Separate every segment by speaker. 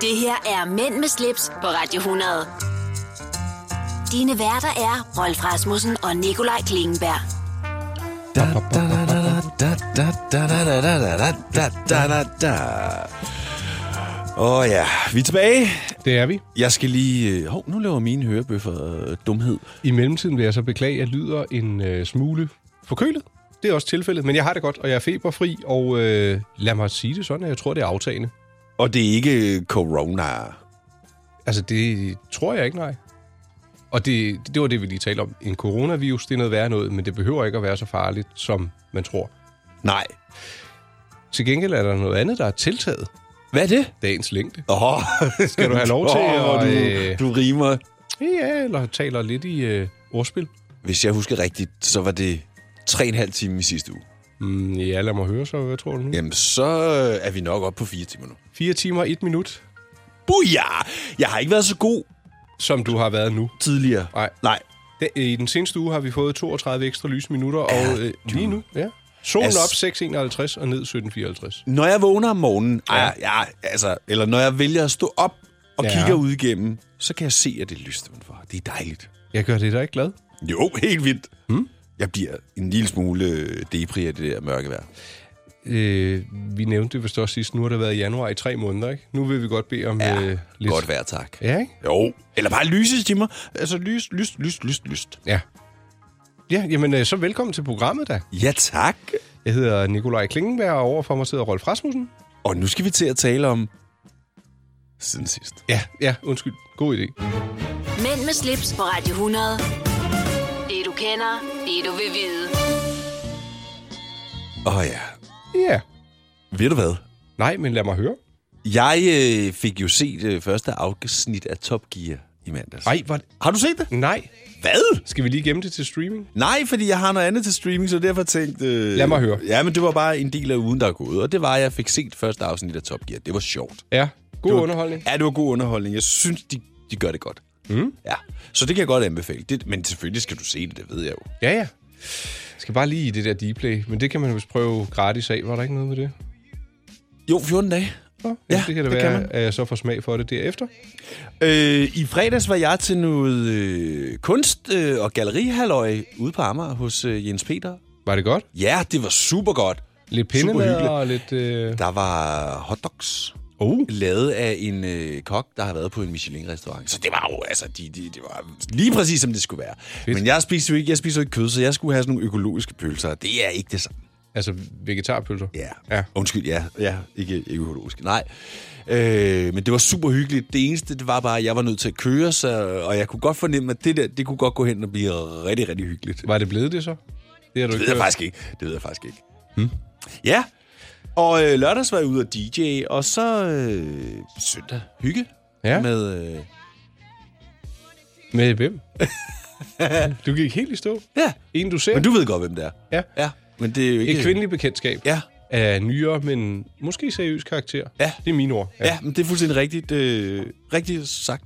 Speaker 1: Det her er Mænd med slips på Radio 100. Dine værter er Rolf Rasmussen og Nikolaj Klingenberg.
Speaker 2: Da, da, da, da, da, da, da, da, da, da, da, da, da, da, da. Åh ja, vi er tilbage.
Speaker 3: Det er vi.
Speaker 2: Jeg skal lige... øh, Hov, nu laver mine hørebøffer øh, dumhed.
Speaker 3: I mellemtiden vil jeg så beklage, at jeg lyder en øh, smule forkølet. Det er også tilfældet, men jeg har det godt, og jeg er feberfri, og øh, lad mig sige det sådan, at jeg tror, det er aftagende.
Speaker 2: Og det er ikke øh, corona.
Speaker 3: Altså, det tror jeg ikke, nej. Og det, det var det, vi lige talte om. En coronavirus, det er noget værre noget, men det behøver ikke at være så farligt, som man tror.
Speaker 2: Nej.
Speaker 3: Til gengæld er der noget andet, der er tiltaget.
Speaker 2: Hvad er det?
Speaker 3: Dagens længde.
Speaker 2: Åh,
Speaker 3: Skal du have lov til
Speaker 2: Åh,
Speaker 3: at, øh,
Speaker 2: du, du rimer.
Speaker 3: Ja, eller taler lidt i øh, ordspil.
Speaker 2: Hvis jeg husker rigtigt, så var det tre og en halv time i sidste uge.
Speaker 3: Mm, ja, lad mig høre så. Hvad tror du nu?
Speaker 2: Jamen, så øh, er vi nok oppe på fire timer nu.
Speaker 3: Fire timer, et minut,
Speaker 2: Buja! Jeg har ikke været så god
Speaker 3: som du har været nu.
Speaker 2: tidligere.
Speaker 3: Nej.
Speaker 2: Nej.
Speaker 3: Da- øh, I den seneste uge har vi fået 32 ekstra lysminutter,
Speaker 2: Ja,
Speaker 3: og øh, lige nu, ja. Solen
Speaker 2: Altså-
Speaker 3: op 6.51 og ned 17.54.
Speaker 2: Når jeg vågner om morgenen, ja.
Speaker 3: Ja.
Speaker 2: Ej, ja, altså, eller når jeg vælger at stå op og ja.
Speaker 3: Ja.
Speaker 2: kigger ud igennem, så kan jeg se, at det er lyst udenfor. Det er dejligt.
Speaker 3: Jeg gør det da ikke glad.
Speaker 2: Jo, helt vildt. Hmm? Jeg bliver en lille smule øh, depri af det der mørke vejr.
Speaker 3: Øh, vi nævnte det vist også sidst, nu har det været januar i tre måneder, ikke? Nu vil vi godt bede om
Speaker 2: Ja,
Speaker 3: øh, lidt...
Speaker 2: Lidt. Godt vejr, tak.
Speaker 3: Ja, ikke?
Speaker 2: Jo, eller bare lyse timer. Altså lys, lyst, lyst, lyst, lyst.
Speaker 3: Ja. Ja, jamen øh, så velkommen til programmet da.
Speaker 2: Ja, tak.
Speaker 3: Jeg hedder Nikolaj Klingenberg, og overfor mig sidder Rolf Rasmussen.
Speaker 2: Og nu skal vi til at tale om siden sidst.
Speaker 3: Ja, ja, undskyld. God idé.
Speaker 1: Mænd med slips på Radio 100. Det du kender, det du vil vide.
Speaker 2: Åh oh, ja.
Speaker 3: Ja.
Speaker 2: Ved du hvad?
Speaker 3: Nej, men lad mig høre.
Speaker 2: Jeg øh, fik jo set øh, første afsnit af Top Gear i mandags.
Speaker 3: Nej, var...
Speaker 2: Har du set det?
Speaker 3: Nej.
Speaker 2: Hvad?
Speaker 3: Skal vi lige gemme det til streaming?
Speaker 2: Nej, fordi jeg har noget andet til streaming, så derfor tænkte... Øh,
Speaker 3: Lad mig høre.
Speaker 2: Ja, men det var bare en del af ugen, der er gået. Og det var, at jeg fik set første afsnit af Top Gear. Det var sjovt.
Speaker 3: Ja. God
Speaker 2: Det var,
Speaker 3: underholdning.
Speaker 2: Ja, det var god underholdning. Jeg synes, de, de gør det godt. Mm. Ja, så det kan jeg godt anbefale. Det, men selvfølgelig skal du se det, det ved jeg jo.
Speaker 3: Ja, ja. Jeg skal bare lige i det der Dplay, men det kan man jo prøve gratis af. Var der ikke noget med det?
Speaker 2: Jo, 14 dage.
Speaker 3: Nå,
Speaker 2: Ja,
Speaker 3: det kan da
Speaker 2: det
Speaker 3: være,
Speaker 2: kan man.
Speaker 3: at jeg så får smag for det derefter.
Speaker 2: Øh, I fredags var jeg til noget øh, kunst- øh, og gallerihalløj ude på Amager hos øh, Jens Peter.
Speaker 3: Var det godt?
Speaker 2: Ja, det var super godt.
Speaker 3: Lidt
Speaker 2: Super
Speaker 3: pindemad
Speaker 2: hyggeligt.
Speaker 3: og lidt... Øh...
Speaker 2: Der var hotdogs.
Speaker 3: Oh.
Speaker 2: lavet af en øh, kok, der har været på en Michelin-restaurant. Så det var jo, altså, de, de, det var lige præcis, som det skulle være. Fedt. Men jeg spiser jo ikke, jeg spiser jo ikke kød, så jeg skulle have sådan nogle økologiske pølser. og Det er ikke det samme.
Speaker 3: Altså vegetarpølser.
Speaker 2: Ja.
Speaker 3: Ja.
Speaker 2: Undskyld, ja. ja ikke, ikke økologisk. Nej. Øh, men det var super hyggeligt. Det eneste, det var bare, at jeg var nødt til at køre, så, og jeg kunne godt fornemme, at det der, det kunne godt gå hen og blive rigtig, rigtig hyggeligt.
Speaker 3: Var det blevet det så? Det har du
Speaker 2: Det
Speaker 3: ikke
Speaker 2: ved jeg
Speaker 3: hørt.
Speaker 2: faktisk ikke. Det ved jeg faktisk ikke. Hmm. Ja. Og øh, lørdags var jeg ude og DJ, og så øh, søndag hygge
Speaker 3: Ja.
Speaker 2: med... Øh,
Speaker 3: Med hvem? du gik helt i stå.
Speaker 2: ja,
Speaker 3: En, du ser.
Speaker 2: Men du ved godt, hvem det er.
Speaker 3: Ja.
Speaker 2: Ja, men det er jo ikke...
Speaker 3: Et kvindeligt bekendtskab.
Speaker 2: Ja.
Speaker 3: Af nyere, men måske seriøs karakter.
Speaker 2: Ja.
Speaker 3: Det er mine ord.
Speaker 2: Ja, men det er fuldstændig rigtigt, øh, rigtigt sagt.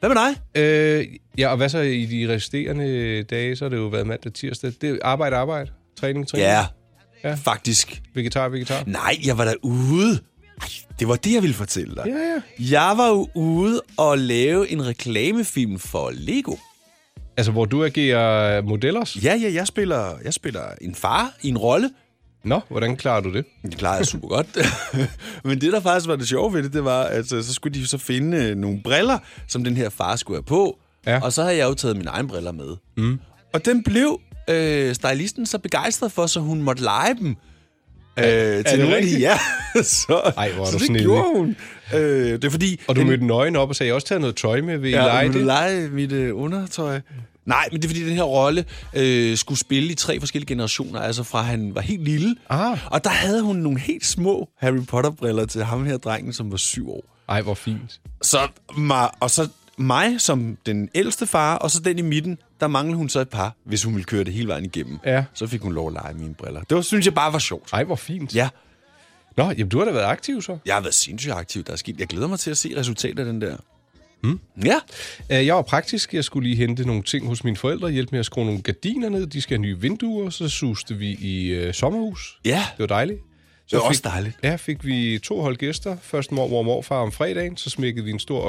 Speaker 2: Hvad med dig?
Speaker 3: Øh, ja, og hvad så i de resterende dage, så har det jo været mandag tirsdag. Det er jo arbejde, arbejde. Træning, træning.
Speaker 2: Ja,
Speaker 3: Ja.
Speaker 2: faktisk.
Speaker 3: Vegetar, vegetar.
Speaker 2: Nej, jeg var derude. Ej, Det var det, jeg ville fortælle dig.
Speaker 3: Ja, ja.
Speaker 2: Jeg var jo ude og lave en reklamefilm for Lego.
Speaker 3: Altså, hvor du agerer modellers?
Speaker 2: Ja, ja, jeg spiller, jeg spiller en far i en rolle.
Speaker 3: Nå, hvordan klarer du det?
Speaker 2: Det klarede jeg super godt. Men det, der faktisk var det sjove ved det, det var, at så så skulle de jo så finde øh, nogle briller, som den her far skulle have på.
Speaker 3: Ja.
Speaker 2: Og så havde jeg jo taget mine egne briller med. Mm. Og den blev øh, stylisten så begejstret for, så hun måtte lege dem. Øh, til
Speaker 3: det
Speaker 2: nogle af de-
Speaker 3: rigtigt?
Speaker 2: Ja, så,
Speaker 3: Ej, hvor er
Speaker 2: så
Speaker 3: du
Speaker 2: det
Speaker 3: snedig.
Speaker 2: gjorde hun. Øh, det er fordi...
Speaker 3: Og du
Speaker 2: den-
Speaker 3: mødte den nøgen op og sagde, jeg har også taget noget tøj med, vil I
Speaker 2: Ja,
Speaker 3: lege
Speaker 2: vil du
Speaker 3: det?
Speaker 2: lege mit øh, undertøj? Nej, men det er fordi, den her rolle øh, skulle spille i tre forskellige generationer, altså fra han var helt lille.
Speaker 3: Ah.
Speaker 2: Og der havde hun nogle helt små Harry Potter-briller til ham her drengen, som var syv år.
Speaker 3: Ej, hvor fint.
Speaker 2: Så mig, og så mig som den ældste far, og så den i midten, der manglede hun så et par, hvis hun ville køre det hele vejen igennem.
Speaker 3: Ja.
Speaker 2: Så fik hun lov at lege mine briller. Det var, synes jeg bare var sjovt.
Speaker 3: Ej, hvor fint.
Speaker 2: Ja,
Speaker 3: Nå, jamen, du har da været aktiv så.
Speaker 2: jeg har været sindssygt aktiv, der er sket. Jeg glæder mig til at se resultatet af den der.
Speaker 3: Hmm?
Speaker 2: Mm. Ja,
Speaker 3: Øh, Jeg var praktisk. Jeg skulle lige hente nogle ting hos mine forældre, hjælpe med at skrue nogle gardiner ned. De skal have nye vinduer, så suste vi i øh, sommerhus.
Speaker 2: ja.
Speaker 3: Det var dejligt.
Speaker 2: Det er også dejligt.
Speaker 3: Ja, fik vi to hold gæster. Først mormor og morfar om fredagen, så smækkede vi en stor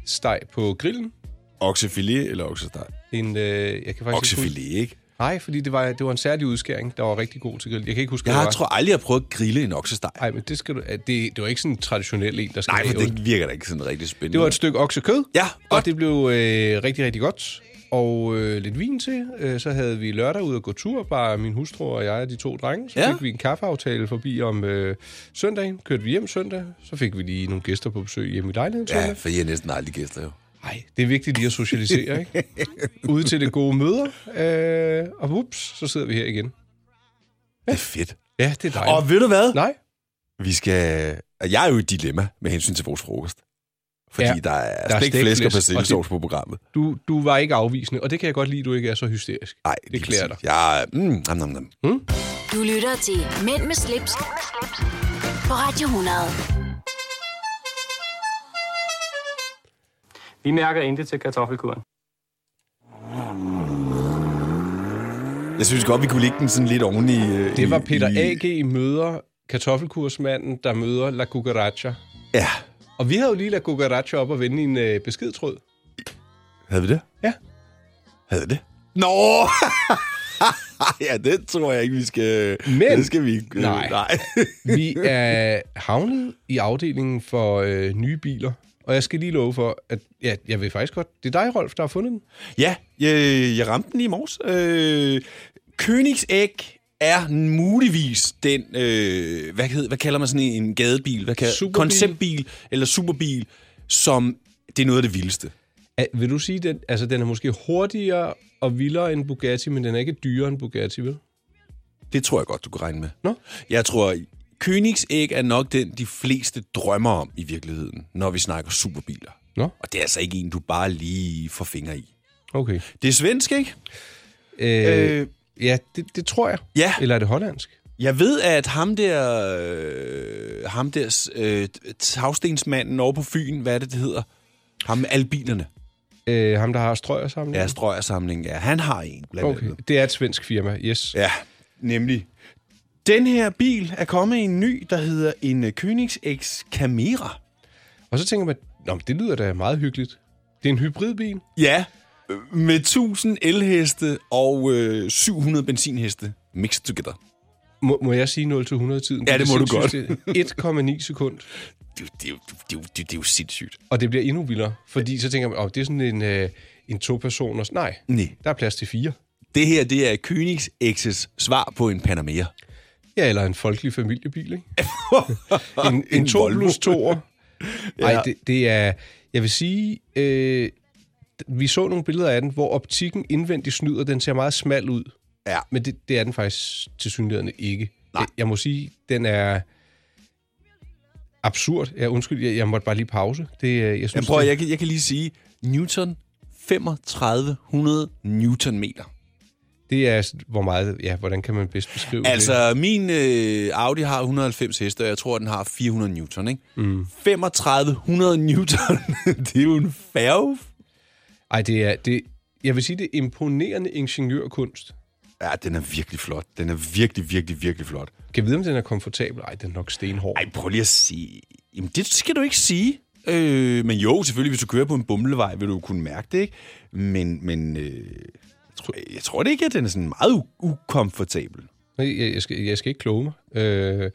Speaker 3: oksesteg på grillen.
Speaker 2: Oksefilet eller oksesteg?
Speaker 3: En, øh, jeg kan faktisk ikke huske-
Speaker 2: Oksefilet, ikke?
Speaker 3: Nej, fordi det var, det var en særlig udskæring, der var rigtig god til grill. Jeg kan ikke huske,
Speaker 2: Jeg
Speaker 3: hvad
Speaker 2: har,
Speaker 3: det var.
Speaker 2: tror aldrig, jeg har prøvet at grille en oksesteg.
Speaker 3: Nej, men det, skal du, det, det var ikke sådan en traditionel en, der skal
Speaker 2: Nej, for
Speaker 3: have ost.
Speaker 2: det virker da ikke sådan rigtig spændende.
Speaker 3: Det var et stykke oksekød.
Speaker 2: Ja,
Speaker 3: Og
Speaker 2: godt.
Speaker 3: det blev øh, rigtig, rigtig godt. Og øh, lidt vin til. Øh, så havde vi lørdag ud at gå tur, bare min hustru og jeg og de to drenge. Så
Speaker 2: Ja.
Speaker 3: ja. fik vi en kaffeaftale forbi om øh, søndagen. Kørte vi hjem søndag. Så fik vi lige nogle gæster på besøg hjemme i lejligheden
Speaker 2: Ja,
Speaker 3: søndag.
Speaker 2: for jeg er næsten aldrig gæster jo.
Speaker 3: Nej, det er vigtigt lige at socialisere, ikke? Ude til det gode møder. Øh, og ups, så sidder vi her igen.
Speaker 2: Det er fedt.
Speaker 3: Ja, det er dejligt.
Speaker 2: Og ved du hvad?
Speaker 3: Nej,
Speaker 2: Vi skal... og Jeg er jo i et dilemma med hensyn til vores frokost. Fordi
Speaker 3: Ja,
Speaker 2: ja, der er,
Speaker 3: der er
Speaker 2: der er stegt
Speaker 3: stegt
Speaker 2: flæsk og
Speaker 3: flæsk, og
Speaker 2: persillesovs på programmet.
Speaker 3: du, du var ikke afvisende, og det kan jeg godt lide, du ikke er så hysterisk.
Speaker 2: Nej,
Speaker 3: det klæder dig.
Speaker 2: Jeg, er- mm, nam, nam, nam.
Speaker 1: Du lytter til Mænd med slips, på Radio 100.
Speaker 4: Vi mærker intet til kartoffelkuren.
Speaker 2: Jeg synes godt, vi kunne lægge den sådan lidt oven i... øh,
Speaker 3: Det var
Speaker 2: i-
Speaker 3: Peter
Speaker 2: i-
Speaker 3: A.G. møder kartoffelkursmanden, der møder La Cucaracha.
Speaker 2: Ja,
Speaker 3: Og vi havde jo lige La Cucaracha op og vende i en øh, beskedtråd.
Speaker 2: havde vi det?
Speaker 3: Ja.
Speaker 2: Havde vi det? Nå! ja, det tror jeg ikke, vi skal...
Speaker 3: Men-
Speaker 2: Det skal vi ikke... øh,
Speaker 3: Nej.
Speaker 2: nej.
Speaker 3: Vi er havnet i afdelingen for øh, nye biler. Og jeg skal lige love for, at ja, jeg ved faktisk godt, det er dig, Rolf, der har fundet den.
Speaker 2: Ja, jeg, jeg ramte den i morges. Øh, Königsegg er muligvis den, øh, hvad, hed, hvad kalder man sådan en gadebil? Hvad kalder,
Speaker 3: Superbil.
Speaker 2: Konceptbil eller superbil, som det er noget af det vildeste.
Speaker 3: Er, vil du sige, den, altså, den er måske hurtigere og vildere end Bugatti, men den er ikke dyrere end Bugatti, vel?
Speaker 2: Det tror jeg godt, du kan regne med.
Speaker 3: Nå.
Speaker 2: Jeg tror, Königsegg er nok den, de fleste drømmer om i virkeligheden, når vi snakker superbiler.
Speaker 3: Nå.
Speaker 2: Og det er altså ikke en, du bare lige får fingre i.
Speaker 3: Okay.
Speaker 2: Det er svensk, ikke?
Speaker 3: Øh, øh, ja, det, det tror jeg.
Speaker 2: Ja.
Speaker 3: Eller er det hollandsk?
Speaker 2: Jeg ved, at ham der, øh, ham der øh, tagstensmanden over på Fyn, hvad er det, det hedder? Ham med albinerne.
Speaker 3: Øh, ham, der har strøger sammen?
Speaker 2: Ja, strøgersamlingen. Ja, han har en, blandt okay.
Speaker 3: Okay,
Speaker 2: andet.
Speaker 3: det er et svensk firma, yes.
Speaker 2: Ja, nemlig. Den her bil er kommet i en ny, der hedder en øh, Königsegg Camera.
Speaker 3: Og så tænker man, Nå, men det lyder da meget hyggeligt. Det er en hybridbil.
Speaker 2: Ja, øh, med 1000 elheste og øh, 700 benzinheste mixed together.
Speaker 3: Må, må jeg sige 0-100-tiden?
Speaker 2: Ja, det må du godt.
Speaker 3: 1,9 sekund.
Speaker 2: Det, det, det, det, det, det er jo sindssygt.
Speaker 3: Og det bliver endnu vildere, fordi så tænker man, åh, det er sådan en, øh, en to-personers... Nej,
Speaker 2: Nej.
Speaker 3: der er plads til fire.
Speaker 2: Det her, det er Königseggs svar på en Panamera.
Speaker 3: Ja, eller en folkelig familiebil, ikke? en, en,
Speaker 2: En
Speaker 3: en to
Speaker 2: Volvo.
Speaker 3: plus toer. Nej, ja. det, det er... Jeg vil sige... Øh, vi så nogle billeder af den, hvor optikken indvendigt snyder. Den ser meget smal ud.
Speaker 2: Ja.
Speaker 3: Men det, det er den faktisk til synligheden ikke. Nej. Jeg, jeg må sige, den er absurd. Jeg, undskyld, jeg, jeg måtte bare lige pause. Det, øh, jeg synes,
Speaker 2: Men prøv, at-
Speaker 3: det,
Speaker 2: jeg, kan- jeg kan lige sige, Newton 3500 newtonmeter.
Speaker 3: det er, sådan, hvor meget, ja, hvordan kan man bedst beskrive det?
Speaker 2: Altså, min øh, Audi har 190 heste, og jeg tror, den har 400 newton, ikke? Mm. 3500 newton, det er jo en færge.
Speaker 3: Ej, det er, det, jeg vil sige, det er imponerende ingeniørkunst.
Speaker 2: Ja, den er virkelig flot. Den er virkelig, virkelig, virkelig flot.
Speaker 3: Kan jeg vide, om den er komfortabel? Ej, den er nok stenhård.
Speaker 2: Ej, prøv lige at sige... Jamen, det skal du ikke sige. Øh, men jo, selvfølgelig, hvis du kører på en bumlevej, vil du kunne mærke det, ikke? Men, men øh, jeg, tror, jeg tror det ikke, at den er sådan meget u- ukomfortabel.
Speaker 3: Nej, jeg, jeg, skal, jeg skal ikke kloge mig. Øh,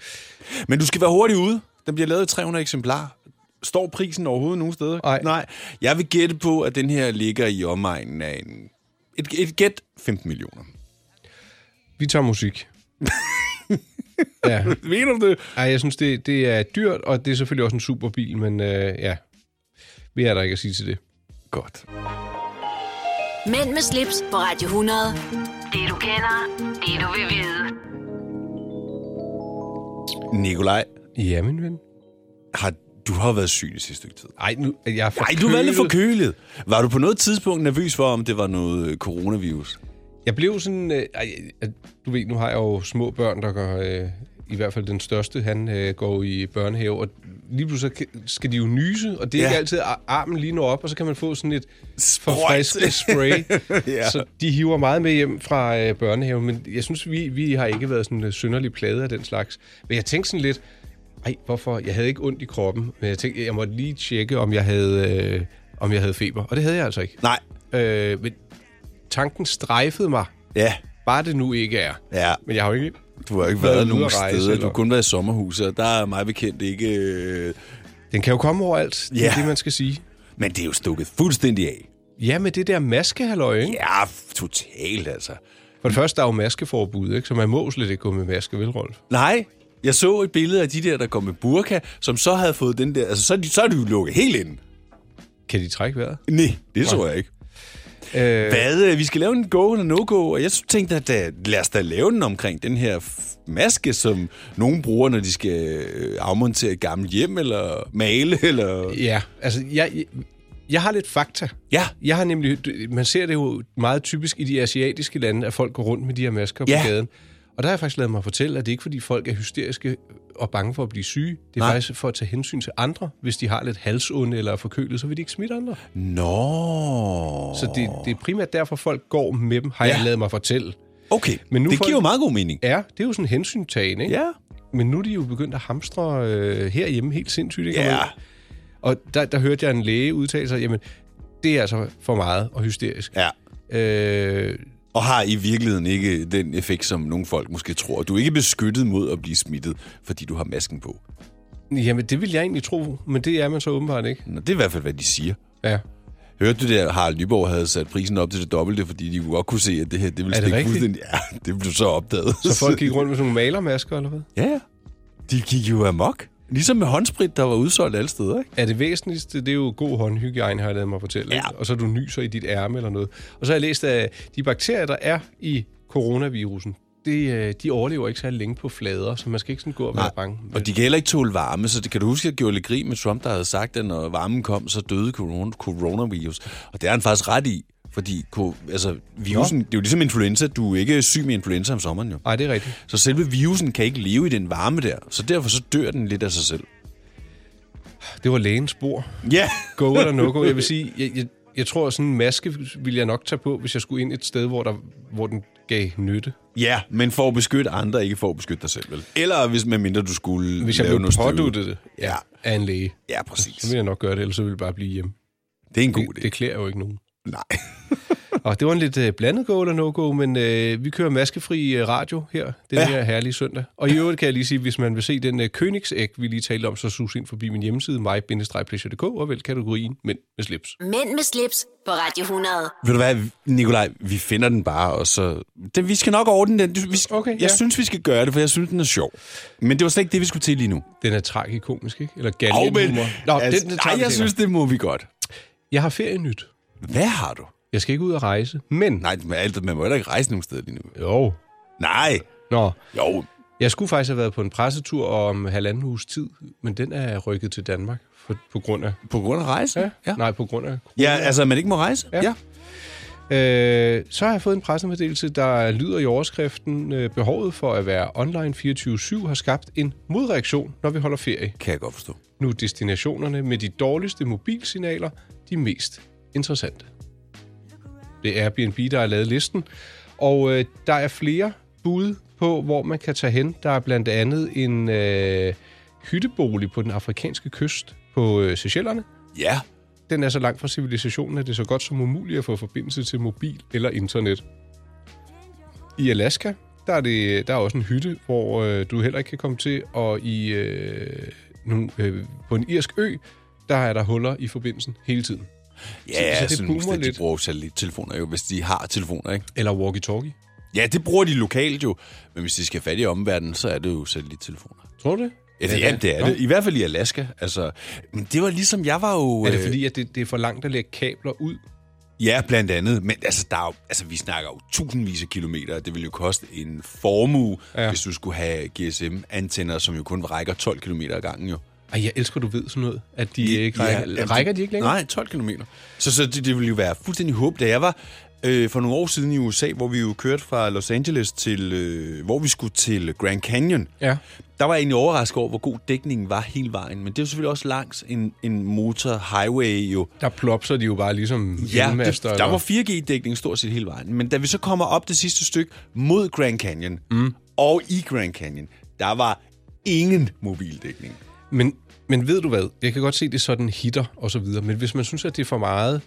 Speaker 2: Men du skal være hurtig ude. Den bliver lavet i 300 eksemplarer. Står prisen overhovedet nogen steder?
Speaker 3: Nej.
Speaker 2: Nej. Jeg vil gætte på, at den her ligger i omegnen af en... Et, et gæt 15 millioner.
Speaker 3: vi tager musik. ja.
Speaker 2: Mener du det?
Speaker 3: Ej, jeg synes, det, det er dyrt, og det er selvfølgelig også en superbil, men øh, ja, vi er der ikke at sige til det.
Speaker 2: Godt.
Speaker 1: Mænd med slips på Radio 100. Det du kender, det du vil vide.
Speaker 2: Nikolaj,
Speaker 3: Ja, min ven.
Speaker 2: har, du har jo været syg det sidste stykke tid.
Speaker 3: Ej, nu, jeg er for
Speaker 2: Nej, du var lidt forkølet. Var du på noget tidspunkt nervøs for, om det var noget øh, coronavirus?
Speaker 3: Jeg blev sådan... Øh, ej, øh, du ved, nu har jeg jo små børn, der går... Øh, I hvert fald den største, han øh, går i børnehave, og lige pludselig så kan- skal de jo nyse, og det er
Speaker 2: Ja.
Speaker 3: ja. ikke altid, at armen lige når op, og så kan man få sådan et
Speaker 2: Sprøjt.
Speaker 3: forfriskende spray.
Speaker 2: Ja.
Speaker 3: Så de hiver meget med hjem fra øh, børnehaven, men jeg synes, vi, vi har ikke været sådan øh, synderlig plade af den slags. Men jeg tænkte sådan lidt, ej, hvorfor? Jeg havde ikke ondt i kroppen, men jeg tænkte, jeg måtte lige tjekke, om jeg havde, øh, om jeg havde feber, og det havde jeg altså ikke.
Speaker 2: Nej.
Speaker 3: Øh, men tanken strejfede mig,
Speaker 2: Ja.
Speaker 3: bare det nu ikke er.
Speaker 2: Ja.
Speaker 3: Men jeg har jo ikke...
Speaker 2: Du har jo ikke
Speaker 3: Været
Speaker 2: været
Speaker 3: ude
Speaker 2: nogen
Speaker 3: at rejse,
Speaker 2: steder. Du har
Speaker 3: eller-
Speaker 2: kun været i sommerhuset, og der er mig bekendt ikke... Øh...
Speaker 3: Den kan jo komme overalt, det
Speaker 2: Ja.
Speaker 3: er det, man skal sige.
Speaker 2: Men det er jo stukket fuldstændig af.
Speaker 3: Ja, med det der maskehalløj, ikke?
Speaker 2: Ja, f- totalt altså.
Speaker 3: For det første, der er jo maskeforbud, ikke? så man må slet ikke gå med maske, vel, Rolf?
Speaker 2: Nej, jeg så et billede af de der, der kom med burka, som så havde fået den der... Altså, så er de, så er de jo lukket helt ind.
Speaker 3: Kan de trække vejret?
Speaker 2: Nej, det tror jeg ikke.
Speaker 3: Øh,
Speaker 2: Hvad? øh, Vi skal lave en go eller no-go, og jeg tænkte, at da, lad os da lave den omkring den her f- maske, som nogen bruger, når de skal øh, afmontere et gammelt hjem, eller male, eller...
Speaker 3: ja, altså, jeg, jeg, jeg har lidt fakta.
Speaker 2: Ja,
Speaker 3: Jeg har nemlig, man ser det jo meget typisk i de asiatiske lande, at folk går rundt med de her masker på
Speaker 2: Ja.
Speaker 3: gaden. Og der har jeg faktisk lavet mig fortælle, at det er ikke fordi folk er hysteriske og bange for at blive syge. Det er
Speaker 2: Nej.
Speaker 3: Nej. faktisk for at tage hensyn til andre. Hvis de har lidt halsunde eller er forkølet, så vil de ikke smitte andre.
Speaker 2: nå...
Speaker 3: Så det, det er primært derfor, folk går med dem, har ja.
Speaker 2: Ja.
Speaker 3: jeg lavet mig fortælle.
Speaker 2: Okay, Men
Speaker 3: Men
Speaker 2: nu
Speaker 3: nu
Speaker 2: det
Speaker 3: får-
Speaker 2: giver jo meget god mening.
Speaker 3: Ja, det er jo sådan en hensyntagen, ikke? Men nu er de jo begyndt at hamstre øh, herhjemme helt sindssygt. Ikke?
Speaker 2: Ja.
Speaker 3: Og der, der hørte jeg en læge udtale sig, jamen, det er altså for meget og hysterisk.
Speaker 2: ja.
Speaker 3: Øh,
Speaker 2: Og har i virkeligheden ikke den effekt, som nogle folk måske tror. Du er ikke beskyttet mod at blive smittet, fordi du har masken på.
Speaker 3: jamen, det vil jeg egentlig tro, men det er man så åbenbart ikke.
Speaker 2: Nå, det er i hvert fald, hvad de siger.
Speaker 3: Ja.
Speaker 2: Hørte du det, at Harald Nyborg havde sat prisen op til det dobbelte, fordi de kunne godt kunne se, at det her det ville
Speaker 3: Er det
Speaker 2: stikke
Speaker 3: rigtigt?
Speaker 2: fuldstændig... Ja, det blev så opdaget.
Speaker 3: Så folk gik rundt med sådan nogle malermasker, eller hvad?
Speaker 2: Ja, ja. De gik jo amok. Ligesom med håndsprit, der var udsolgt alle steder, ikke?
Speaker 3: Er det væsentligste, det er jo god håndhygiejne, har jeg lavet mig fortælle. ikke?
Speaker 2: Ja.
Speaker 3: Og så du nyser i dit ærme eller noget. Og så har jeg læst, at de bakterier, der er i coronavirusen, det, øh, de overlever ikke særlig længe på flader, så man skal ikke sådan gå og være bange.
Speaker 2: Og de kan heller ikke tåle varme, så det kan du huske, at jeg gjorde lidt grin med Trump, der havde sagt, at når varmen kom, så døde corona, coronavirus. Og det er han faktisk ret i, fordi ko- altså, virusen, det er jo ligesom influenza, du er ikke syg med influenza om sommeren jo.
Speaker 3: Nej, det er rigtigt.
Speaker 2: Så selve virusen kan ikke leve i den varme der, så derfor så dør den lidt af sig selv.
Speaker 3: Det var lægens spor.
Speaker 2: Ja,
Speaker 3: go eller no go. Jeg vil sige, jeg, jeg, jeg tror, sådan en maske ville jeg nok tage på, hvis jeg skulle ind et sted, hvor, der, hvor den gav nytte.
Speaker 2: ja men for at beskytte andre, ikke for at beskytte dig selv. Vel? Eller hvis med mindre du skulle
Speaker 3: Hvis jeg
Speaker 2: lave
Speaker 3: blev
Speaker 2: noget støvet.
Speaker 3: påduttet det
Speaker 2: Ja.
Speaker 3: af en læge,
Speaker 2: Ja,
Speaker 3: så
Speaker 2: præcis.
Speaker 3: ville jeg nok gøre det, ellers så ville jeg bare blive hjemme.
Speaker 2: Det er en god
Speaker 3: Det,
Speaker 2: idé.
Speaker 3: det klæder jo ikke nogen.
Speaker 2: Nej.
Speaker 3: Og det var en lidt øh, blandet go eller no go, men øh, vi kører maskefri øh, radio her, den
Speaker 2: Ja.
Speaker 3: ja. her herlige søndag. Og i øvrigt kan jeg lige sige, hvis man vil se den øh, Königsæg, vi lige talte om, så sus ind forbi min hjemmeside, mig-pleasure.dk, og vælg kategorien Mænd med slips.
Speaker 1: Mænd med slips på Radio 100.
Speaker 2: Ved du hvad, Nikolaj, vi finder den bare, og så... Den, vi skal nok ordne den. Du- Vi, okay,
Speaker 3: Okay,
Speaker 2: jeg
Speaker 3: ja.
Speaker 2: synes, vi skal gøre det, for jeg synes, den er sjov. Men det var slet ikke det, vi skulle til lige nu.
Speaker 3: Den er tragikomisk, ikke? Eller
Speaker 2: Åh,
Speaker 3: galgenhumor. Nå, altså, den, den tager
Speaker 2: nej,
Speaker 3: vi
Speaker 2: jeg
Speaker 3: senere.
Speaker 2: synes, det må vi godt.
Speaker 3: Jeg har ferienyt.
Speaker 2: Hvad har du?
Speaker 3: Jeg skal ikke ud og rejse, men...
Speaker 2: Nej, men alt, man må heller ikke rejse nogen steder lige nu.
Speaker 3: Jo.
Speaker 2: Nej.
Speaker 3: Nå,
Speaker 2: Jo,
Speaker 3: jeg skulle faktisk have været på en pressetur om halvanden uges tid, men den er rykket til Danmark for, på grund af...
Speaker 2: på grund af rejsen.
Speaker 3: ja. Nej, på grund af...
Speaker 2: ja altså, at man ikke må rejse.
Speaker 3: Ja. Øh, så har jeg fået en pressemeddelelse, der lyder i overskriften, øh, behovet for at være online 24-7 har skabt en modreaktion, når vi holder ferie.
Speaker 2: Kan jeg godt forstå.
Speaker 3: Nu er destinationerne med de dårligste mobilsignaler de mest interessante. Det er Airbnb, der har lavet listen, og øh, der er flere bud på, hvor man kan tage hen. Der er blandt andet en øh, hyttebolig på den afrikanske kyst på øh, Seychellerne.
Speaker 2: Ja.
Speaker 3: Den er så langt fra civilisationen, at det er så godt som umuligt at få forbindelse til mobil eller internet. I Alaska, der er, det, der er også en hytte, hvor øh, du heller ikke kan komme til, og i, øh, nogle, øh, på en irsk ø, der er der huller i forbindelsen hele tiden.
Speaker 2: Ja,
Speaker 3: så det
Speaker 2: så, så
Speaker 3: boomer
Speaker 2: det de
Speaker 3: lidt.
Speaker 2: bruger jo satellittelefoner jo, hvis de har telefoner, ikke?
Speaker 3: Eller walkie-talkie.
Speaker 2: Ja, det bruger de lokalt jo. Men hvis de skal have fat i omverdenen, så er det jo satellittelefoner.
Speaker 3: Tror du det?
Speaker 2: Ja, det, ja, det er
Speaker 3: Nå.
Speaker 2: det. I hvert fald i Alaska. Altså, men det var ligesom, jeg var jo...
Speaker 3: Er det
Speaker 2: øh,
Speaker 3: fordi, at det, det er for langt at lægge kabler ud?
Speaker 2: Ja, blandt andet. Men altså, der er jo, altså, vi snakker jo tusindvis af kilometer. Det ville jo koste en formue, ja.
Speaker 3: Ja.
Speaker 2: hvis du skulle have GSM-antænder, som jo kun rækker 12 km ad gangen jo.
Speaker 3: Ej, jeg elsker, du ved sådan noget, at de ikke rækker.
Speaker 2: jamen,
Speaker 3: rækker de ikke længere?
Speaker 2: Nej, 12 km. Så, så det, det ville jo være fuldstændig håb, da jeg var... øh, for nogle år siden i USA, hvor vi jo kørte fra Los Angeles til, øh, hvor vi skulle til Grand Canyon.
Speaker 3: Ja.
Speaker 2: Der var jeg egentlig overrasket over, hvor god dækningen var hele vejen, men det er jo selvfølgelig også langs en, en motorhighway jo.
Speaker 3: Der plopser de jo bare ligesom
Speaker 2: Ja, det,
Speaker 3: Elmaster,
Speaker 2: der
Speaker 3: eller-
Speaker 2: var 4G-dækning stort set hele vejen. Men da vi så kommer op det sidste stykke mod Grand Canyon mm. og i Grand Canyon, der var ingen mobildækning.
Speaker 3: Men, men ved du hvad? Jeg kan godt se, det er sådan hitter og så videre, men hvis man synes, at det er for meget